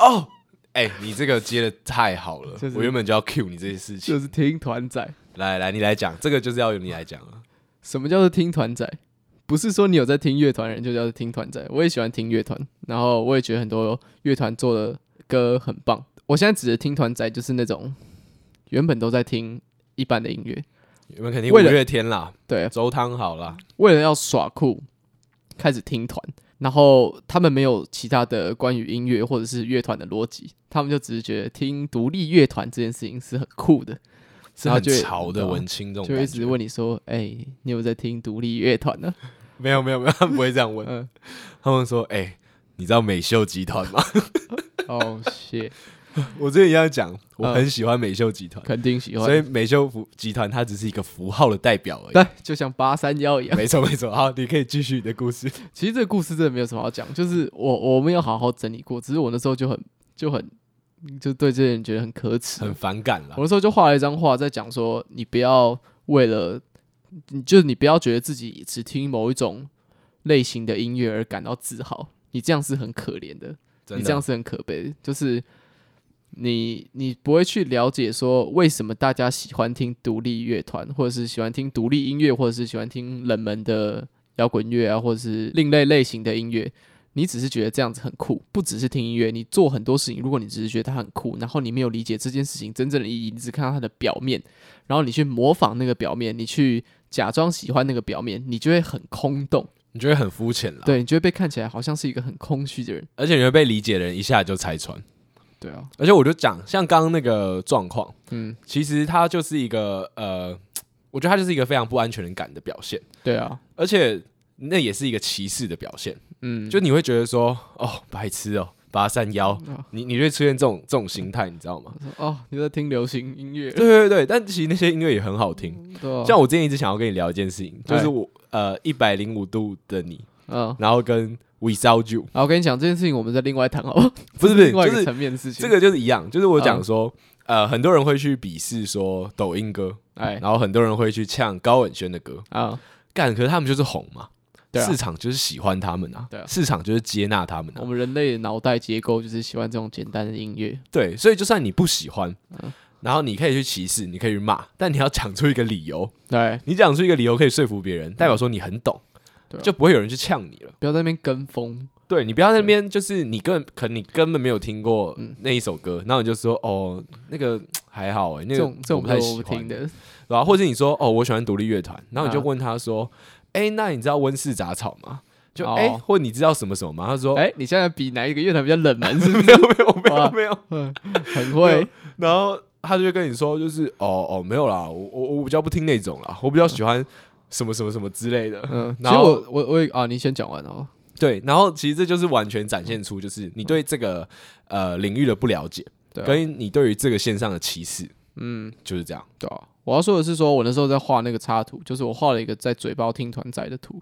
哦，哎、你这个接的太好了，就是我原本就要 cue 你这些事情。就是听团仔。来来，你来讲，这个就是要由你来讲了。什么叫做听团仔？不是说你有在听乐团的人就叫做听团仔。我也喜欢听乐团，然后我也觉得很多乐团做的歌很棒。我现在指的听团仔就是那种原本都在听一般的音乐，你们肯定五为了月天啦，对，周汤好啦，为了要耍酷开始听团，然后他们没有其他的关于音乐或者是乐团的逻辑，他们就只是觉得听独立乐团这件事情是很酷的，是然后很就啊潮的文青这种就感一直觉。问你说：“哎、你有在听独立乐团呢 (laughs) 没有没有没有，他们不会这样？”问，嗯，他们说：“哎、你知道美秀集团吗？” (laughs) 哦，谢，我之前也要讲，我嗯很喜欢美秀集团，肯定喜欢。所以美秀服集团它只是一个符号的代表而已。对，就像八三幺一样。没错没错，好，你可以继续你的故 (laughs) 事。其实这个故事真的没有什么好讲，就是我我没有好好整理过，只是我那时候就很就很就对这些人觉得很可耻。很反感啦我，那时候就画了一张画，在讲说你不要为了，你就是你不要觉得自己只听某一种类型的音乐而感到自豪，你这样是很可怜的。真你的这样是很可悲的，就是你你不会去了解说为什么大家喜欢听独立乐团，或者是喜欢听独立音乐，或者是喜欢听冷门的摇滚乐啊，或者是另类类型的音乐。你只是觉得这样子很酷，不只是听音乐，你做很多事情。如果你只是觉得它很酷，然后你没有理解这件事情真正的意义，你只看到它的表面，然后你去模仿那个表面，你去假装喜欢那个表面，你就会很空洞，你觉得很肤浅啦，对啊你就会被看起来好像是一个很空虚的人。而且你会被理解的人一下就拆穿。对啊，而且我就讲，像刚刚那个状况，嗯，其实它就是一个呃，我觉得它就是一个非常不安全感的表现，对啊，而且那也是一个歧视的表现。嗯，就你会觉得说，哦，白痴哦，八三幺啊，你你会出现这种这种心态，你知道吗？哦，你在听流行音乐，对对对，但其实那些音乐也很好听。对啊像我之前一直想要跟你聊一件事情，就是哎我呃一百零五度的你，嗯，然后跟 Without You，啊，我跟你讲这件事情，我们再另外谈好不好？不是不这是， (laughs) 另外一就个是层面嗯的事情。这，个就是一样，就是我讲说，呃，很多人会去鄙视说抖音歌，哎然后很多人会去呛高文轩的歌，啊，干，可是他们就是红嘛，对啊市场就是喜欢他们啊，对啊市场就是接纳他们啊我，们人类的脑袋结构就是喜欢这种简单的音乐，对，所以就算你不喜欢嗯，然后你可以去歧视，你可以去骂，但你要讲出一个理由，对，你讲出一个理由可以说服别人，代表说你很懂嗯对，啊就不会有人去呛你了。不要在那边跟风，对你不要在那边，就是你根可能你根本没有听过嗯那一首歌，然后你就说哦，那个还好哎、那这个种这种不歌太我喜不听欢，的，然后或者你说哦，我喜欢独立乐团，然后你就啊问他说，哎、那你知道温室杂草吗？就哦哎、或你知道什么什么吗？他说哎，你现在比哪一个乐团比较冷门？是 (laughs) 不是没有没有没有哇没有，很会？然后他就会跟你说，就是哦哦没有啦，我我我比较不听那种啦，我比较喜欢什么什么什么之类的。嗯，其然实后我我我也啊，你先讲完哦。对，然后其实这就是完全展现出，就是你对这个呃领域的不了解，对啊跟你对于这个线上的歧视，嗯，就是这样。对啊，我要说的是说，我那时候在画那个插图，就是我画了一个在嘴巴听团仔的图，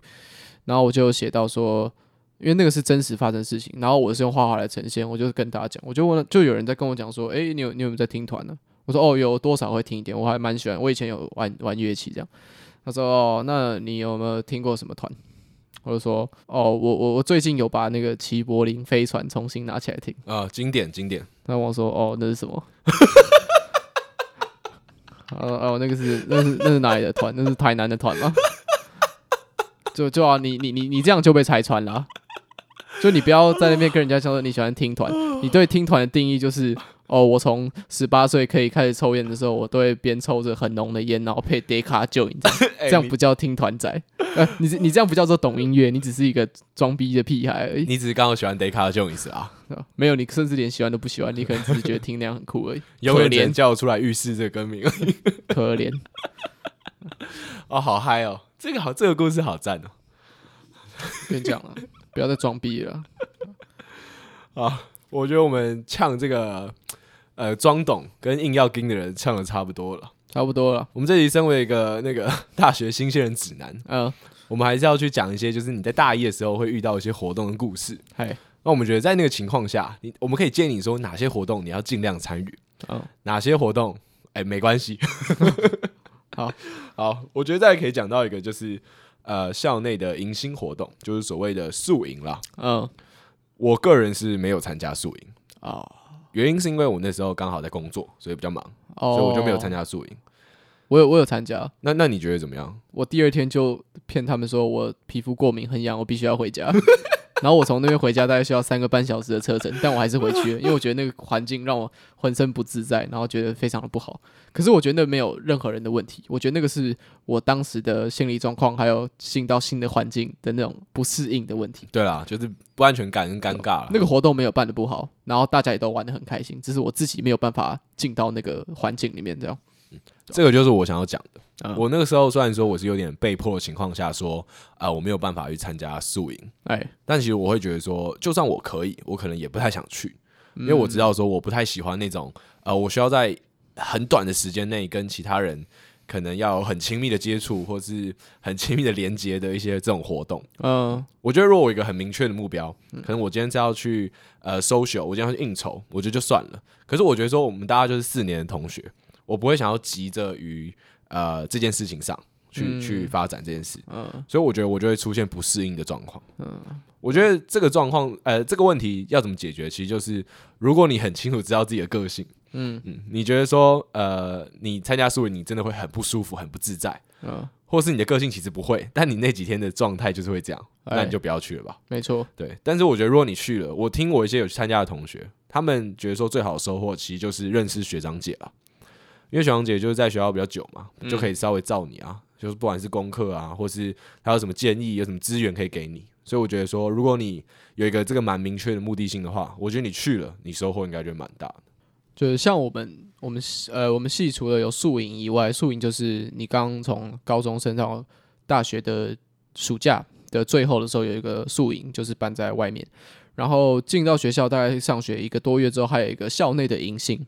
然后我就有写到说，因为那个是真实发生的事情，然后我是用画画来呈现，我就跟大家讲，我就问了，就有人在跟我讲说，诶，你有你有没有在听团呢、我说哦，有多少会听一点，我还蛮喜欢，我以前有玩玩乐器这样。他说哦，那你有没有听过什么团？我就说哦，我我我最近有把那个齐柏林飞船重新拿起来听。啊，经典经典，他问我说：“哦，那是什么？” (laughs) 呃哦，那个是那是那是哪里的团？那是台南的团吗？就就啊，你你你你这样就被拆穿了啊、就你不要在那边跟人家讲说你喜欢听团，你对听团的定义就是哦，我从十八岁可以开始抽烟的时候，我都会边抽着很浓的烟，然后配 d e c a 酒饮， (laughs) 哎这样不叫听团仔，呃，你这你这样不叫做懂音乐，你只是一个装逼的屁孩而已。你只是刚好喜欢 d a y c a 这种意思啊？。啊 (laughs) 没有，你甚至连喜欢都不喜欢，你可能只是觉得听那样很酷而已 (laughs) 永可远只能怜，叫我出来浴室这个歌名可怜。哦，好嗨哦！这个好，这个故事好赞哦。跟你讲了，不要再装逼了。我觉得我们呛这个呃装懂跟硬要盯的人呛的差不多了。差不多了，我们这集身为一个那个 (laughs) 大学新鲜人指南，嗯，我们还是要去讲一些，就是你在大一的时候会遇到一些活动的故事。嗨，那我们觉得在那个情况下，你我们可以建议你说哪些活动你要尽量参与，嗯，哪些活动哎、没关系。 (laughs) 好好，我觉得再可以讲到一个就是呃校内的迎新活动，就是所谓的宿营啦。嗯，我个人是没有参加宿营，哦，原因是因为我那时候刚好在工作，所以比较忙，哦，所以我就没有参。加宿营。我有，我有参加。那那你觉得怎么样？我第二天就骗他们说我皮肤过敏，很痒，我必须要回家。然后我从那边回家大概需要三个半小时的车程，但我还是回去了，因为我觉得那个环境让我浑身不自在，然后觉得非常的不好。可是我觉得没有任何人的问题，我觉得那个是我当时的心理状况，还有进到新的环境的那种不适应的问题。对啦，就是不安全感跟尴尬了。那个活动没有办的不好，然后大家也都玩的很开心，只是我自己没有办法进到那个环境里面，这样。这个就是我想要讲的。嗯我那个时候虽然说我是有点被迫的情况下说，啊、我没有办法去参加宿营，哎，但其实我会觉得说，就算我可以，我可能也不太想去，因为我知道说我不太喜欢那种，呃，我需要在很短的时间内跟其他人可能要有很亲密的接触，或是很亲密的连接的一些这种活动。嗯我觉得如果我有一个很明确的目标，可能我今天是要去呃 social，我今天要去应酬，我觉得就算了。可是我觉得说我们大家就是四年的同学，我不会想要急着于呃这件事情上去、去发展这件事，嗯所以我觉得我就会出现不适应的状况。我觉得这个状况，呃，这个问题要怎么解决？其实就是，如果你很清楚知道自己的个性，嗯嗯，你觉得说，呃，你参加素营，你真的会很不舒服、很不自在，嗯，或是你的个性其实不会，但你那几天的状态就是会这样，哎那你就不要去了吧。没错，对，但是我觉得如果你去了，我听我一些有去参加的同学，他们觉得说最好的收获其实就是认识学长姐了，因为学长姐就是在学校比较久嘛，就可以稍微照你啊，就是不管是功课啊，或是他有什么建议、有什么资源可以给你。所以我觉得说，如果你有一个这个蛮明确的目的性的话，我觉得你去了，你收获应该就会蛮大的。就是像我们我们系呃我们系除了有宿营以外，宿营就是你刚从高中升到大学的暑假的最后的时候有一个宿营，就是办在外面。然后进到学校大概上学一个多月之后，还有一个校内的迎新。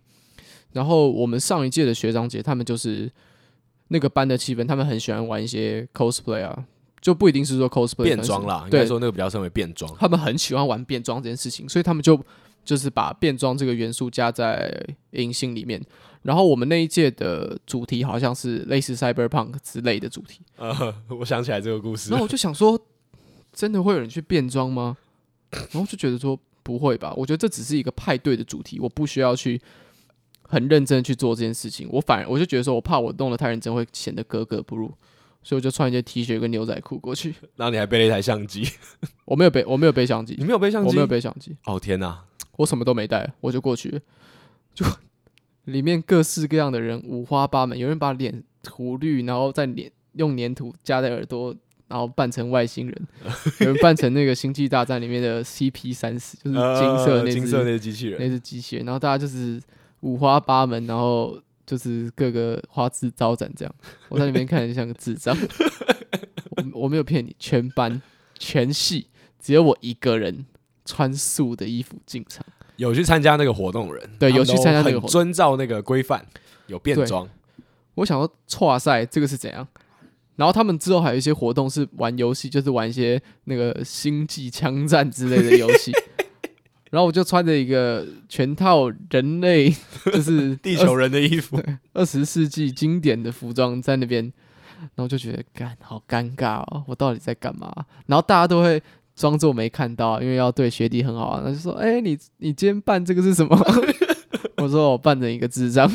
然后我们上一届的学长姐他们就是那个班的气氛，他们很喜欢玩一些 cosplay 啊，就不一定是说 cosplay 变装啦，应对该说那个比较称为变装。他们很喜欢玩变装这件事情，所以他们就就是把变装这个元素加在迎新里面。然后我们那一届的主题好像是类似 cyberpunk 之类的主题， (laughs) 呃，我想起来这个故事然后我就想说，真的会有人去变装吗？然后就觉得说不会吧，我觉得这只是一个派对的主题，我不需要去很认真地去做这件事情。我反而我就觉得说我怕我弄得太认真会显得格格不入，所以我就穿一件 T 恤跟牛仔裤过去。然后你还背了一台相机，我没有背，我没有背相 (laughs) 你机，没有背相机？我没有背相机。哦天哪！我什么都没带，我就过去了，就里面各式各样的人五花八门，有人把脸涂绿，然后再脸用粘土夹在耳朵，然后扮成外星 (laughs) 人，有人扮成那个《星际大战》里面的 CP 三十，就是金色的呃那金色只那机器人，那只机器人，然后大家就是五花八门，然后就是各个花枝招展这样。我在里面看着像个智障，我我没有骗你，全班全系只有我一个人穿素的衣服进场。有去参加那个活动的人，对他们有去参加那都个活动很遵照那个规范，有变装，我想说，哇塞，这个是怎样？然后他们之后还有一些活动是玩游戏，就是玩一些那个星际枪战之类的游 (laughs) 戏。然后我就穿着一个全套人类，就 (laughs) 是地球人的衣服，二十世纪经典的服装在那边，然后就觉得干好尴尬哦，我到底在干嘛？然后大家都会装作没看到，因为要对学弟很好啊，那就说：“哎、你你今天扮这个是什么？” (laughs) 我说：“我扮成一个智障。”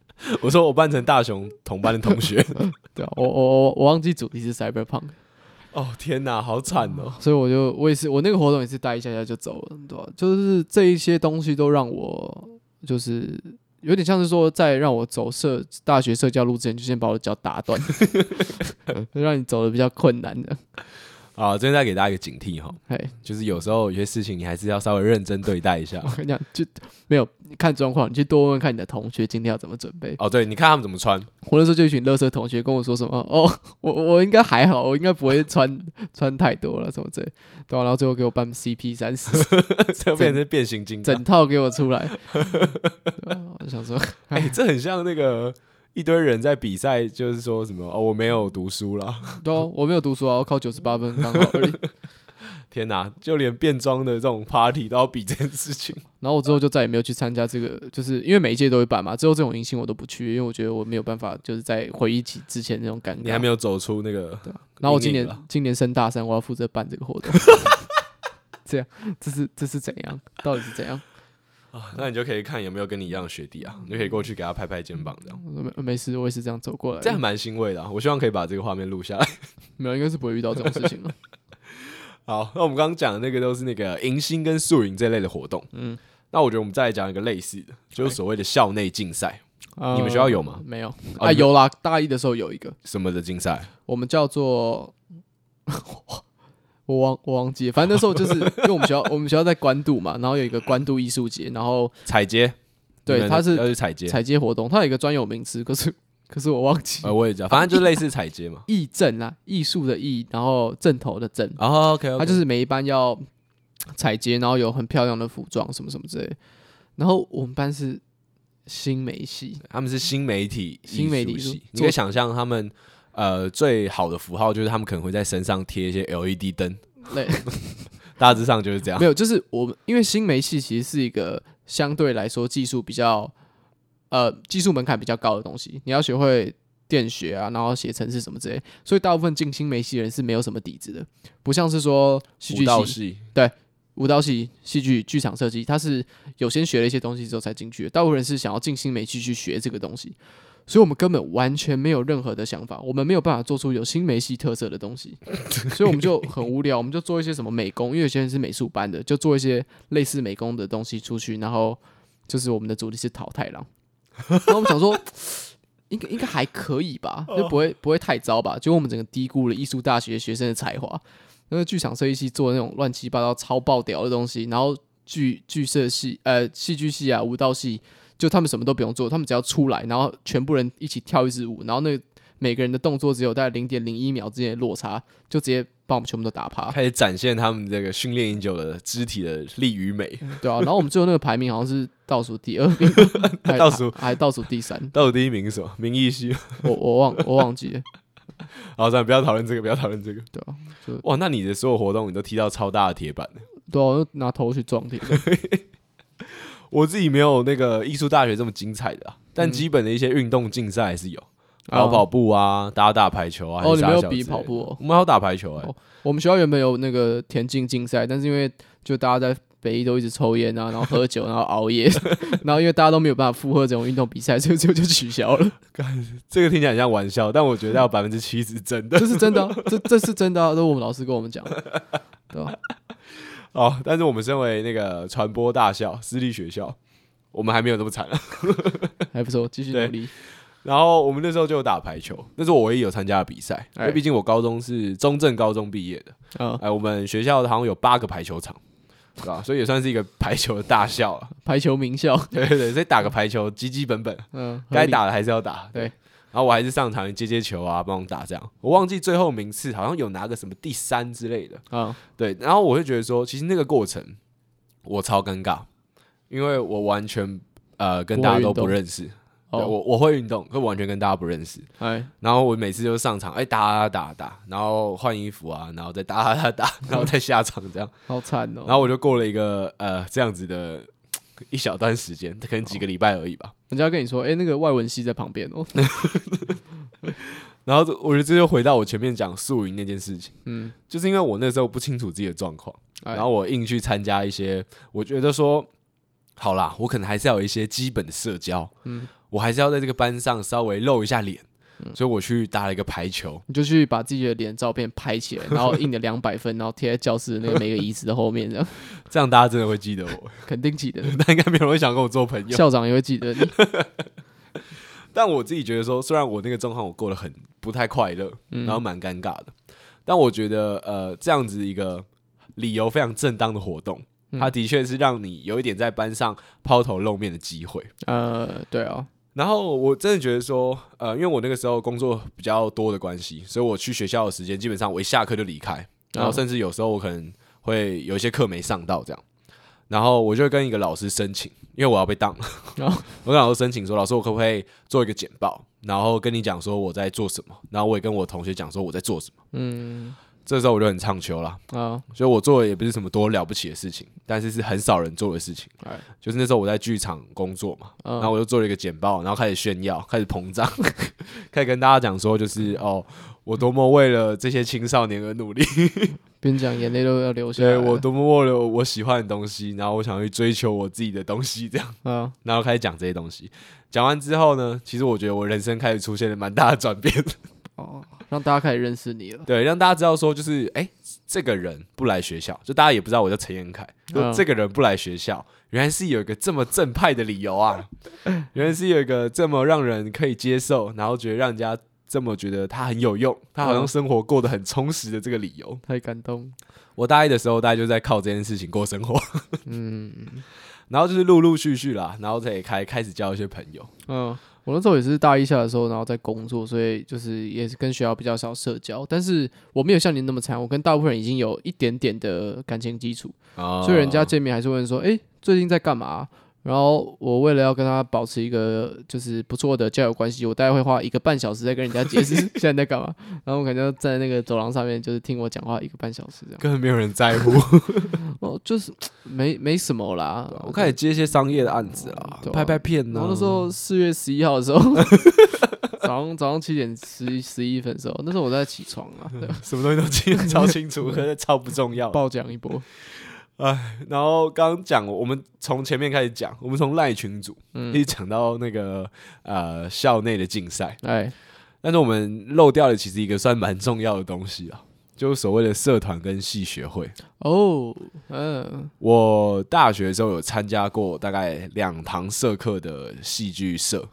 (laughs) 我说我扮成大雄同班的同 (laughs) 学。对啊，我我我我忘记主题是 cyberpunk，哦天哪，好惨哦！所以我就我也是我那个活动也是待一下下就走了，对吧、就是这一些东西都让我就是有点像是说，在让我走社大学社交路之前，就先把我的脚打断， (laughs) 就让你走的比较困难的。啊，这边再给大家一个警惕哈，哎，就是有时候有些事情你还是要稍微认真对待一下我。跟你讲，就没有看状况，你去多问问看你的同学今天要怎么准备。哦，对，你看他们怎么 (laughs) 穿，我那时候就一群乐色同学跟我说什么哦，我我应该还好，我应该不会穿穿太多了什么之类，对、啊、然后最后给我办 CP 三十，这变成变形金刚整。套给我出来。对啊我就想说，哎、这很像那个一堆人在比赛，就是说什么哦，我没有读书啦。对啊、我没有读书啊，我考九十 (laughs) 八分刚好而已。天哪，就连变装的这种 party 都要比这件事 (laughs) 情。然后我之后就再也没有去参加这个，就是因为每一届都会办嘛，之后这种迎新我都不去，因为我觉得我没有办法，就是在回忆起之前那种感觉。你还没有走出那个，然后我今阴影年了今年升大三，我要负责办这个活动。 (laughs) 这样，这是这是怎样？到底是怎样？啊那你就可以看有没有跟你一样的学弟啊，你就可以过去给他拍拍肩膀，这样，我说没没事，我也是这样走过来的。这样蛮欣慰的、啊。我希望可以把这个画面录下来。 (laughs) 没有，应该是不会遇到这种事情了。好，那我们刚刚讲的那个都是那个迎新跟宿营这类的活动，嗯嗯，那我觉得我们再来讲一个类似的，就是所谓的校内竞赛， (laughs) 你们学校有吗呃没有哦啊，你们有啦，大一的时候有一个，什么的竞赛，我们叫做， (laughs) 我忘我忘记了，反正那时候就是 (laughs) 因为我们学校我们学校在关渡嘛，然后有一个关渡艺术节，然后踩街，对你们它是要去踩街，采街活动，它有一个专有名词，可是可是我忘记呃，我也知道，反正就是类似踩 (laughs) 街嘛。艺政啊，艺术的艺，然后正头的正，哦，OK，它就是是每一班要采街，然后有很漂亮的服装什么什么之类的，然后我们班是新 (laughs) 媒系，他们是新媒体艺术系，新媒体艺术你可以想象他们呃最好的符号就是他们可能会在身上贴一些 LED 灯，对。大致上就是这样没。有，就是我们因为新媒系其实是一个相对来说技术比较呃技术门槛比较高的东西，你要学会电学啊，然后写程式什么之类，所以大部分进新媒系的人是没有什么底子的，不像是说戏舞剧蹈系、系舞蹈系、戏剧、剧场设计，他是有先学了一些东西之后才进去的，大部分人是想要进新媒系去学这个东西。所以我们根本完全没有任何的想法，我们没有办法做出有新梅西特色的东西，所以我们就很无聊，我们就做一些什么美工，因为有些人是美术班的，就做一些类似美工的东西出去，然后就是我们的主题是淘汰郎，然后我们想说，应该应该还可以吧，就不会不会太糟吧，结果我们整个低估了艺术大学学生的才华，那个剧场设计系做那种乱七八糟超爆屌的东西，然后剧剧社系呃戏剧系啊舞蹈系，就他们什么都不用做，他们只要出来，然后全部人一起跳一支舞，然后那每个人的动作只有大概零点零一秒之间的落差，就直接把我们全部都打 (laughs) 趴，开始展现他们这个训练已久的肢体的力与美。 (laughs) 对啊，然后我们最后那个排名好像是倒数 (laughs) 第二名，还倒数还还倒数第三，到底第一名是 (laughs) 什么？名义系。我我忘我忘记了，好，咱不要讨论这个，不要讨论这个。对啊，就哇，那你的所有活动你都踢到超大的铁板。对啊，我就拿头去撞铁，我自己没有那个艺术大学这么精彩的、啊，但基本的一些运动竞赛还是有，嗯啊跑跑步啊，打打排球啊。还哦，是你啥没有小比之类的跑步哦。我们还有打排球哎、哦我们学校原本有那个田径竞赛，但是因为就大家在北一都一直抽烟啊，然后喝酒，然后熬夜， (laughs) 然后因为大家都没有办法负荷这种运动比赛，所以就就取消了。 (laughs) 这个听起来很像玩笑，但我觉得有百分之七十真的这是真的啊、这这是真的、啊，都是我们老师跟我们讲的，对啊吧、哦。但是我们身为那个传播大校私立学校，我们还没有那么惨啊。还不错，继续对努力。然后我们那时候就有打排球，那是我唯一有参加的比赛，因为哎毕竟我高中是中正高中毕业的，啊、哎，我们学校好像有八个排球 (laughs) 场，对吧、所以也算是一个排球的大校了。排球名校，对对对，所以打个排球基基本本，嗯、合该理打的还是要打。对然后我还是上场接接球啊，帮忙打这样。我忘记最后名次好像有拿个什么第三之类的。啊、对，然后我会觉得说，其实那个过程我超尴尬，因为我完全呃跟不会大家都运动不认识。对哦，我我会运动，可完全跟大家不认识。哎，然后我每次就上场，哎、打打打打，然后换衣服啊，然后再打 (laughs) 打打打，然后再下场这样。好惨哦。然后我就过了一个呃这样子的一小段时间，可能几个礼拜而已吧。人家跟你说，哎、那个外文系在旁边哦，然后这我觉得这就回到我前面讲宿营那件事情，嗯，就是因为我那时候不清楚自己的状况，哎然后我硬去参加一些，我觉得说，好啦，我可能还是要有一些基本的社交，嗯，我还是要在这个班上稍微露一下脸，所以我去打了一个排球。你就去把自己的脸照片拍起来，然后印了两百分，然后贴在教室的那个每个椅子的后面，这样这样大家真的会记得我， (laughs) 肯定记得。但应该没有人会想跟我做朋友。校长也会记得你，但我自己觉得说，虽然我那个状况我过得很不太快乐，然后蛮尴尬的，但我觉得呃，这样子一个理由非常正当的活动，它的确是让你有一点在班上抛头露面的机会。呃，对啊，然后我真的觉得说，呃，因为我那个时候工作比较多的关系，所以我去学校的时间基本上我一下课就离开，然后甚至有时候我可能会有一些课没上到这样，然后我就会跟一个老师申请，因为我要被当了，然后 (laughs) 我跟老师申请说，老师我可不可以做一个简报，然后跟你讲说我在做什么，然后我也跟我同学讲说我在做什么，嗯这时候我就很唱秋啦，啊，所以我做的也不是什么多了不起的事情，但是是很少人做的事情哎，就是那时候我在剧场工作嘛，嗯然后我就做了一个简报，然后开始炫耀，开始膨胀， (laughs) 开始跟大家讲说，就是哦，我多么为了这些青少年而努 (laughs) 力，边讲眼泪都要流下来对了。我多么为了我喜欢的东西，然后我想去追求我自己的东西，这样，啊，然后开始讲这些东西。讲完之后呢，其实我觉得我人生开始出现了蛮大的转变，哦，让大家开始认识 (laughs) 你了。对，让大家知道说，就是哎、这个人不来学校，就大家也不知道我叫陈彦凯，就嗯这个人不来学校，原来是有一个这么正派的理由 (laughs) 啊，原来是有一个这么让人可以接受，然后觉得让人家这么觉得他很有用，他好像嗯生活过得很充实的这个理由。太感动，我大一的时候，大家就在靠这件事情过生活， (laughs) 嗯然后就是陆陆续续啦，然后才开开始交一些朋友。嗯，我那时候也是大一下的时候，然后在工作，所以就是也是跟学校比较少社交，但是我没有像你那么惨，我跟大部分人已经有一点点的感情基础，哦所以人家见面还是问说，哎、最近在干嘛？然后我为了要跟他保持一个就是不错的交友关系，我大概会花一个半小时在跟人家解释 (laughs) 现在在干嘛，然后我感觉在那个走廊上面就是听我讲话一个半小时这样，根本没有人在 (laughs) 乎，哦，就是没没什么啦，啊我嗯开始接一些商业的案子啦，对啊拍拍片呢、然后那时候四月十一号的时 (laughs) 候，早上早上七点十十一分的时候，那时候我在起床 (laughs) 啊，对什么东西都记 (laughs) 得超清楚，可是超不重要。爆讲一波，然后刚刚讲，我们从前面开始讲，我们从赖群组、嗯一直讲到那个呃校内的竞赛，哎，但是我们漏掉了其实一个算蛮重要的东西啊，就是所谓的社团跟系学会。哦，嗯，我大学的时候有参加过大概两堂社课的戏剧社，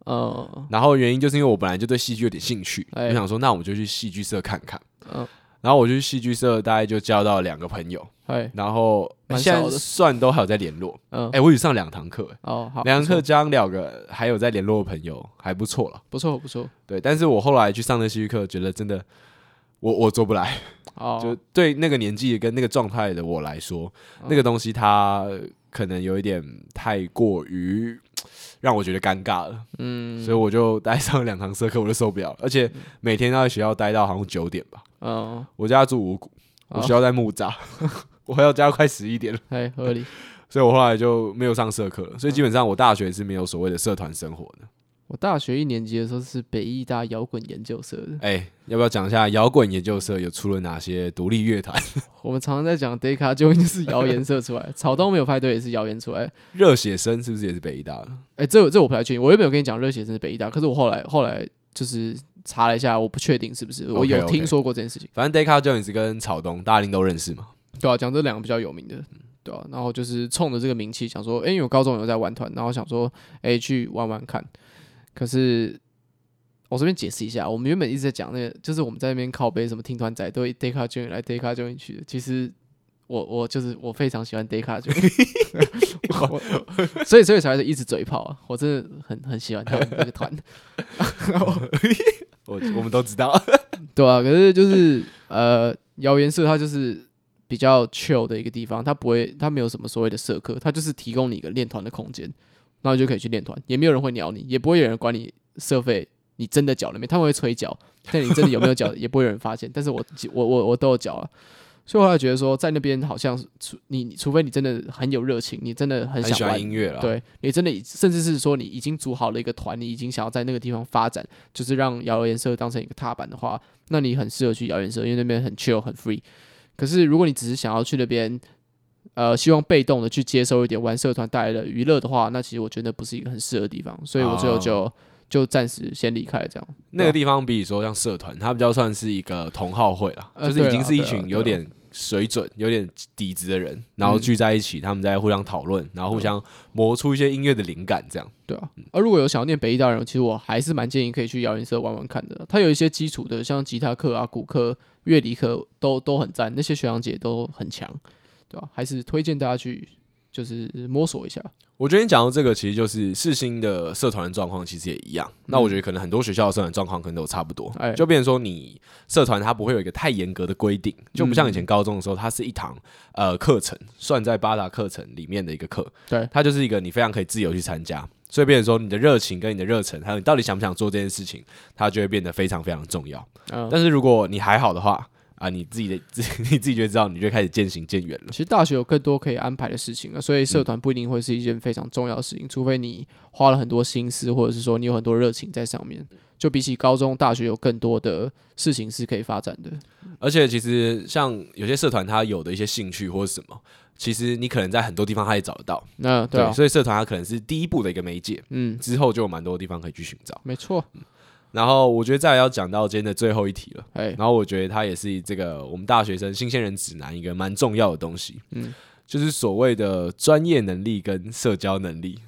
哦，然后原因就是因为我本来就对戏剧有点兴趣，哎我想说那我们就去戏剧社看看。嗯，然后我去戏剧社，大概就交到两个朋友，哎，然后蛮现少在的算都还有在联络。嗯哎、，我只上两堂课、欸，哦，好，两不堂课错，加上两个还有在联络的朋友，还不错了。不错不错，对，但是我后来去上那戏剧课，觉得真的我我做不来，就哦，对那个年纪跟那个状态的我来说，嗯那个东西它可能有一点太过于让我觉得尴尬了，嗯，所以我就待上两堂社课，我就受不了了，而且每天要在学校待到好像九点吧。嗯，我家住五谷，我哦学校在木栅， (laughs) 我回到家快十一点了。哎，合理。所以我后来就没有上社课了，嗯所以基本上我大学是没有所谓的社团生活的。我大学一年级的时候是北艺大摇滚研究社的，哎、要不要讲一下摇滚研究社有出了哪些独立乐团？ (laughs) 我们常常在讲 d e c a 究竟是谣言社出 (laughs) 来，草东没有派对也是谣言出来，热血生是不是也是北医大的？哎、这这我不太确定。我原本有跟你讲热血生是北医大，可是我后来后来就是查了一下，我不确定是不是，我 OK，OK 有听说过这件事情。反正 Deca Jones 跟草东，大家一定都认识嘛。对啊，讲这两个比较有名的，对啊。然后就是冲着这个名气，想说，哎、因为我高中有在玩团，然后想说，哎、去玩玩看。可是我这边解释一下，我们原本一直在讲那个，就是我们在那边靠背什么听团仔都 Deca j o 来 Deca j o 去的，其实。我我就是我非常喜欢 Deca j o (laughs) 我我所以所以才会一直嘴炮啊！我真的很很喜欢他们这个团， (laughs) 我我们都知道，对啊，可是就是呃，谣言社它就是比较 chill 的一个地方，它不会，它没有什么所谓的社课，它就是提供你一个练团的空间，然后你就可以去练团，也没有人会鸟你，也不会有人管你社费，你真的缴了没？他们会催缴，但你真的有没有缴，也不会有人发现。但是我我我我都有缴了。啊所以我后来觉得说，在那边好像是除你，你除非你真的很有热情，你真的很很想喜玩欢音乐啦。，对你真的已甚至是说你已经组好了一个团，你已经想要在那个地方发展，就是让谣言社当成一个踏板的话，那你很适合去谣言社，因为那边很 chill 很 free。可是如果你只是想要去那边，呃，希望被动的去接收一点玩社团带来的娱乐的话，那其实我觉得那不是一个很适合的地方，所以我最后哦就就暂时先离开这样。那个地方比起说像社团，它比较算是一个同好会啦，呃就是已对经啦是一对啦群对有啦点水准、有点底子的人，然后聚在一起，他们在互相讨论，然后互嗯相磨出一些音乐的灵感，这样。对啊，而如果有想要念北艺大的人，其实我还是蛮建议可以去摇音社玩玩看的。啊它有一些基础的，像吉他课啊、鼓课、乐理课都都很赞，那些学长姐都很强，对吧、啊还是推荐大家去就是摸索一下。我觉得你讲到这个，其实就是世新的社团的状况其实也一样。那嗯我觉得可能很多学校的社团状况可能都差不多，哎就变成说你社团它不会有一个太严格的规定，就不像嗯以前高中的时候，它是一堂呃课程算在八大课程里面的一个课，对它就是一个你非常可以自由去参加。所以变成说你的热情跟你的热忱，还有你到底想不想做这件事情，它就会变得非常非常重要。嗯、但是如果你还好的话啊，你自己的 (laughs) 自你自己就会知道，你就开始渐行渐远了。其实大学有更多可以安排的事情啊了，所以嗯社团不一定会是一件非常重要的事情，除非你花了很多心思，或者是说你有很多热情在上面。就比起高中、大学，有更多的事情是可以发展的。而且其实像有些社团，它有的一些兴趣或者什么，其实你可能在很多地方它也找得到。那对啊，所以社团它可能是第一步的一个媒介，嗯，之后就有蛮多地方可以去寻找。没错，嗯然后我觉得再来要讲到今天的最后一题了。哎，然后我觉得它也是这个我们大学生新鲜人指南一个蛮重要的东西，嗯就是所谓的专业能力跟社交能力。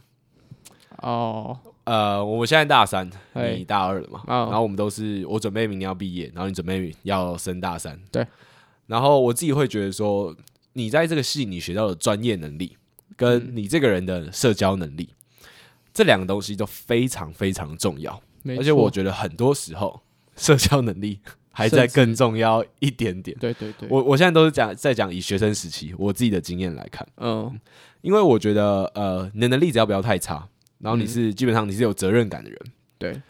哦，呃，我现在大三，哎你大二了嘛？哦然后我们都是我准备明年要毕业，然后你准备要升大三。对。然后我自己会觉得说，你在这个系你学到的专业能嗯力，跟你这个人的社交能力，这两个东西都非常非常重要。没而且我错觉得很多时候，社交能力还甚在至更重要一点点。对对对，我我现在都是讲在讲以学生时期我自己的经验来看。嗯因为我觉得，呃，你的能力只要不要太差，然后你嗯是、基本上你是有责任感的人，对，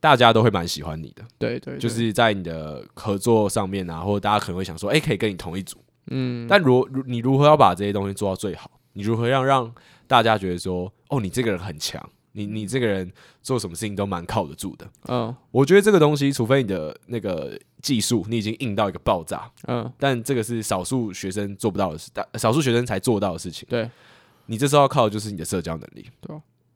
大家都会蛮喜欢你的，对对，就对是在你的合作上面啊，或者大家可能会想说，哎、可以跟你同一组，嗯，但如如你如何要把这些东西做到最好，你如何要让大家觉得说，哦，你这个人很强，你你这个人做什么事情都蛮靠得住的。嗯我觉得这个东西，除非你的那个技术你已经硬到一个爆炸，嗯，但这个是少数学生做不到的事，大少数学生才做到的事情。对。你这时候要靠的就是你的社交能力。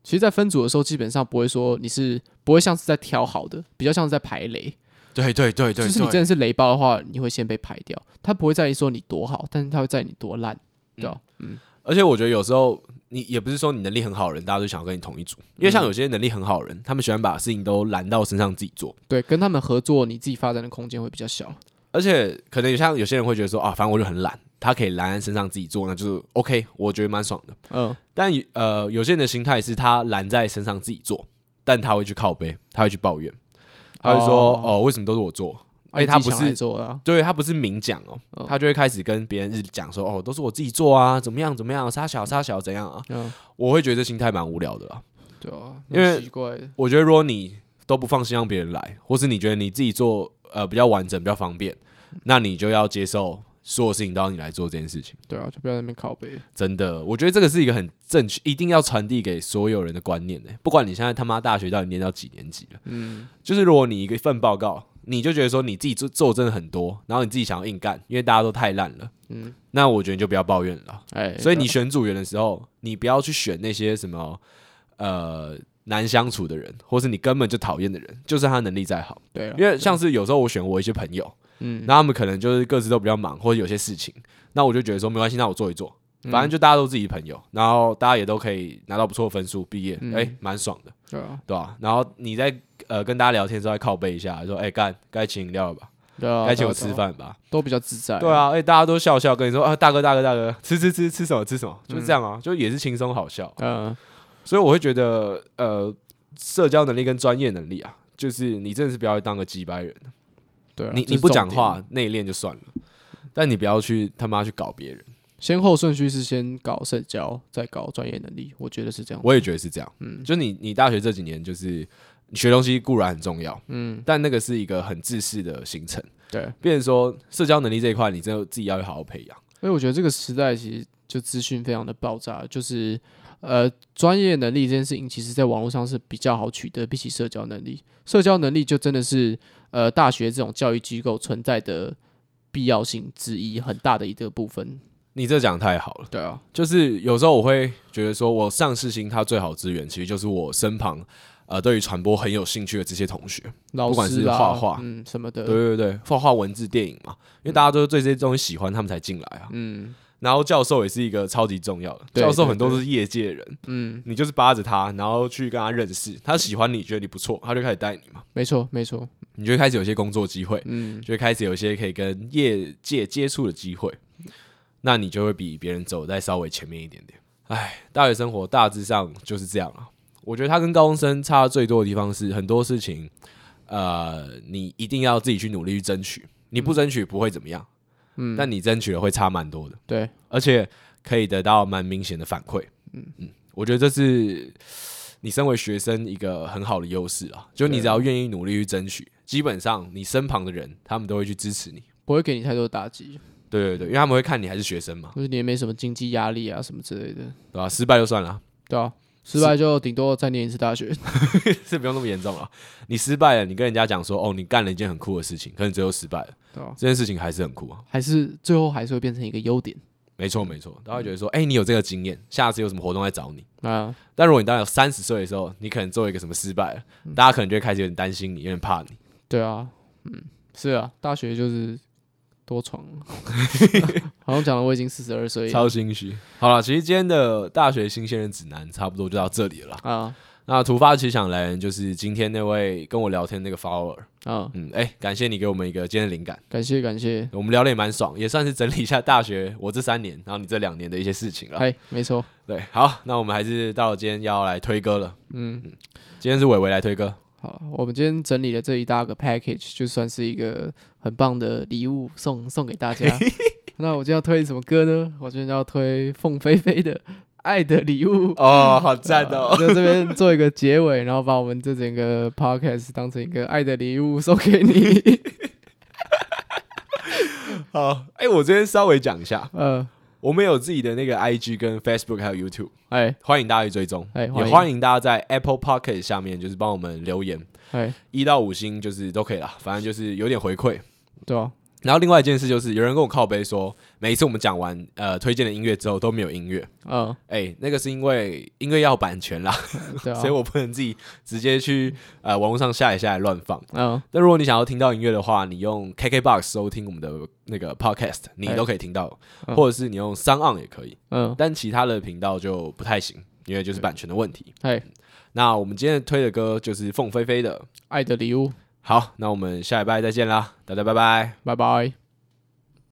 其实，在分组的时候，基本上不会说你是不会像是在挑好的，比较像是在排雷。对对对对就是你真的是雷包的话，你会先被排掉。他不会在意说你多好，但是他会在意你多烂，对吧？嗯而且我觉得有时候你也不是说你能力很好的人，大家都想要跟你同一组，因为像有些能力很好的人，他们喜欢把事情都揽到身上自己做，对，跟他们合作，你自己发展的空间会比较小。而且可能像有些人会觉得说啊，反正我就很懒，他可以揽在身上自己做，那就是 OK，我觉得蛮爽的。嗯，但呃，有些人的心态是他揽在身上自己做，但他会去靠背，他会去抱怨，他会说哦哦为什么都是我做？哎、而且他不是做啊啦，对他不是明讲哦，嗯他就会开始跟别人日讲说，哦，都是我自己做啊，怎么样怎么样，杀小杀小怎样啊？嗯，我会觉得这心态蛮无聊的啦。对啊，因为很奇怪的，我觉得如果你都不放心让别人来，或是你觉得你自己做呃比较完整、比较方便，那你就要接受所有事情都要你来做这件事情。对啊，就不要在那边靠背。真的，我觉得这个是一个很正确，一定要传递给所有人的观念呢、欸不管你现在他妈大学到底念到几年级了，嗯，就是如果你一个份报告，你就觉得说你自己做做真的很多，然后你自己想要硬干，因为大家都太烂了，嗯嗯，那我觉得你就不要抱怨了啦。哎，所以你对啊选组员的时候，你不要去选那些什么呃难相处的人，或是你根本就讨厌的人，就算他能力再好，对啊，因为像是有时候我选我一些朋友，嗯，那他们可能就是各自都比较忙，或者有些事情，那我就觉得说没关系，那我做一做，嗯反正就大家都自己朋友，然后大家也都可以拿到不错的分数毕业，嗯哎，蛮爽的，对啊，对吧、然后你在呃跟大家聊天的时候再靠背一下，说哎干该请饮料了吧，对啊，该请对啊我吃，对啊饭吧，都比较自在。对，啊，哎，大家都笑笑跟你说啊，大哥大哥大哥，吃吃吃吃什么吃什么，就是这样啊，就也是轻松好笑。嗯，所以我会觉得，呃，社交能力跟专业能力啊，就是你真的是不要当个鸡掰人，对啊，你这你是不重讲点话内敛就算了，但你不要去他妈去搞别人。先后顺序是先搞社交，再搞专业能力，我觉得是这样。我也觉得是这样，嗯，就你你大学这几年就是。你学东西固然很重要，嗯嗯，但那个是一个很自私的行程。对，变成说，社交能力这一块，你真的自己要好好培养。所以我觉得这个时代其实就资讯非常的爆炸，就是呃专业能力这件事情，其实在网络上是比较好取得，比起社交能力，社交能力就真的是呃大学这种教育机构存在的必要性之一，很大的一个部分。你这讲得太好了。对啊，就是有时候我会觉得说，我上世新它最好资源其实就是我身旁呃对于传播很有兴趣的这些同学。老不管师是啦画画嗯什么的，对对对，画画、文字、电影嘛，因为大家都是对这些东西喜欢，他们才进来啊。嗯然后教授也是一个超级重要的，对教授对很多对都是业界人，嗯，你就是扒着他，然后去跟他认识，他喜欢你，觉得你不错，他就开始带你嘛，没错没错，你就会开始有一些工作机会，嗯就会开始有一些可以跟业界接触的机会，那你就会比别人走在稍微前面一点点。唉，大学生活大致上就是这样啊。我觉得他跟高中生差最多的地方是很多事情，呃，你一定要自己去努力去争取，你不争取不会怎么样，嗯，但你争取了会差蛮多的，对，而且可以得到蛮明显的反馈。嗯嗯，我觉得这是你身为学生一个很好的优势啊，就你对只要愿意努力去争取，基本上你身旁的人他们都会去支持你。不会给你太多打击，对对对，因为他们会看你还是学生嘛，或者你也没什么经济压力啊什么之类的，对吧、失败就算了， (laughs) 对啊，失败就顶多再念一次大学， (laughs) 是不用那么严重了。你失败了，你跟人家讲说，哦，你干了一件很酷的事情，可是你最后失败了，对啊，这件事情还是很酷啊。还是最后还是会变成一个优点没错没嗯错，大家会觉得说，哎、你有这个经验，下次有什么活动再找你。啊，但如果你当有三十岁的时候，你可能做一个什么失败了，嗯大家可能就会开始有点担心你，有点怕你。对啊，嗯，是啊，大学就是多 (laughs) 闯，好像讲了我已经四十二岁了超心虚。好了，其实今天的大学新鲜人指南差不多就到这里了啦。啊那突发奇想来源就是今天那位跟我聊天那个 follower，啊，嗯，哎、感谢你给我们一个今天的灵感，感谢感谢，我们聊得也蛮爽，也算是整理一下大学我这三年，然后你这两年的一些事情了。嗨，哎没错，对，好，那我们还是到了今天要来推歌了。嗯。今天是伟伟来推歌，好，我们今天整理了这一大个 package，就算是一个很棒的礼物送送给大家。 (laughs) 那我今天要推什么歌呢？我今天要推凤飞飞的《爱的礼物》哦，好赞呃！就这边做一个结尾，然后把我们这整个 podcast 当成一个爱的礼物送给 (laughs) 你。 (laughs) 好，哎、我这边稍微讲一下，呃，我们有自己的那个 IG 跟 Facebook 还有 YouTube。哎欢迎大家去追踪，哎也欢迎欢迎大家在 Apple p o c k e t 下面就是帮我们留言，哎，一到五星就是都可以啦，反正就是有点回馈。对啊，然后另外一件事就是，有人跟我靠背说，每一次我们讲完呃推荐的音乐之后都没有音乐，嗯，哎、那个是因为音乐要版权啦，对啊所以，我不能自己直接去呃网络上下一下来乱放。嗯，那如果你想要听到音乐的话，你用 KKBox 收听我们的那个 Podcast，你都可以听到，哎嗯或者是你用 s o n 也可以，嗯，但其他的频道就不太行，因为就是版权的问题。哎，那我们今天推的歌就是凤飞飞的。爱的礼物，好，那我们下礼拜再见啦，大家拜拜。拜拜。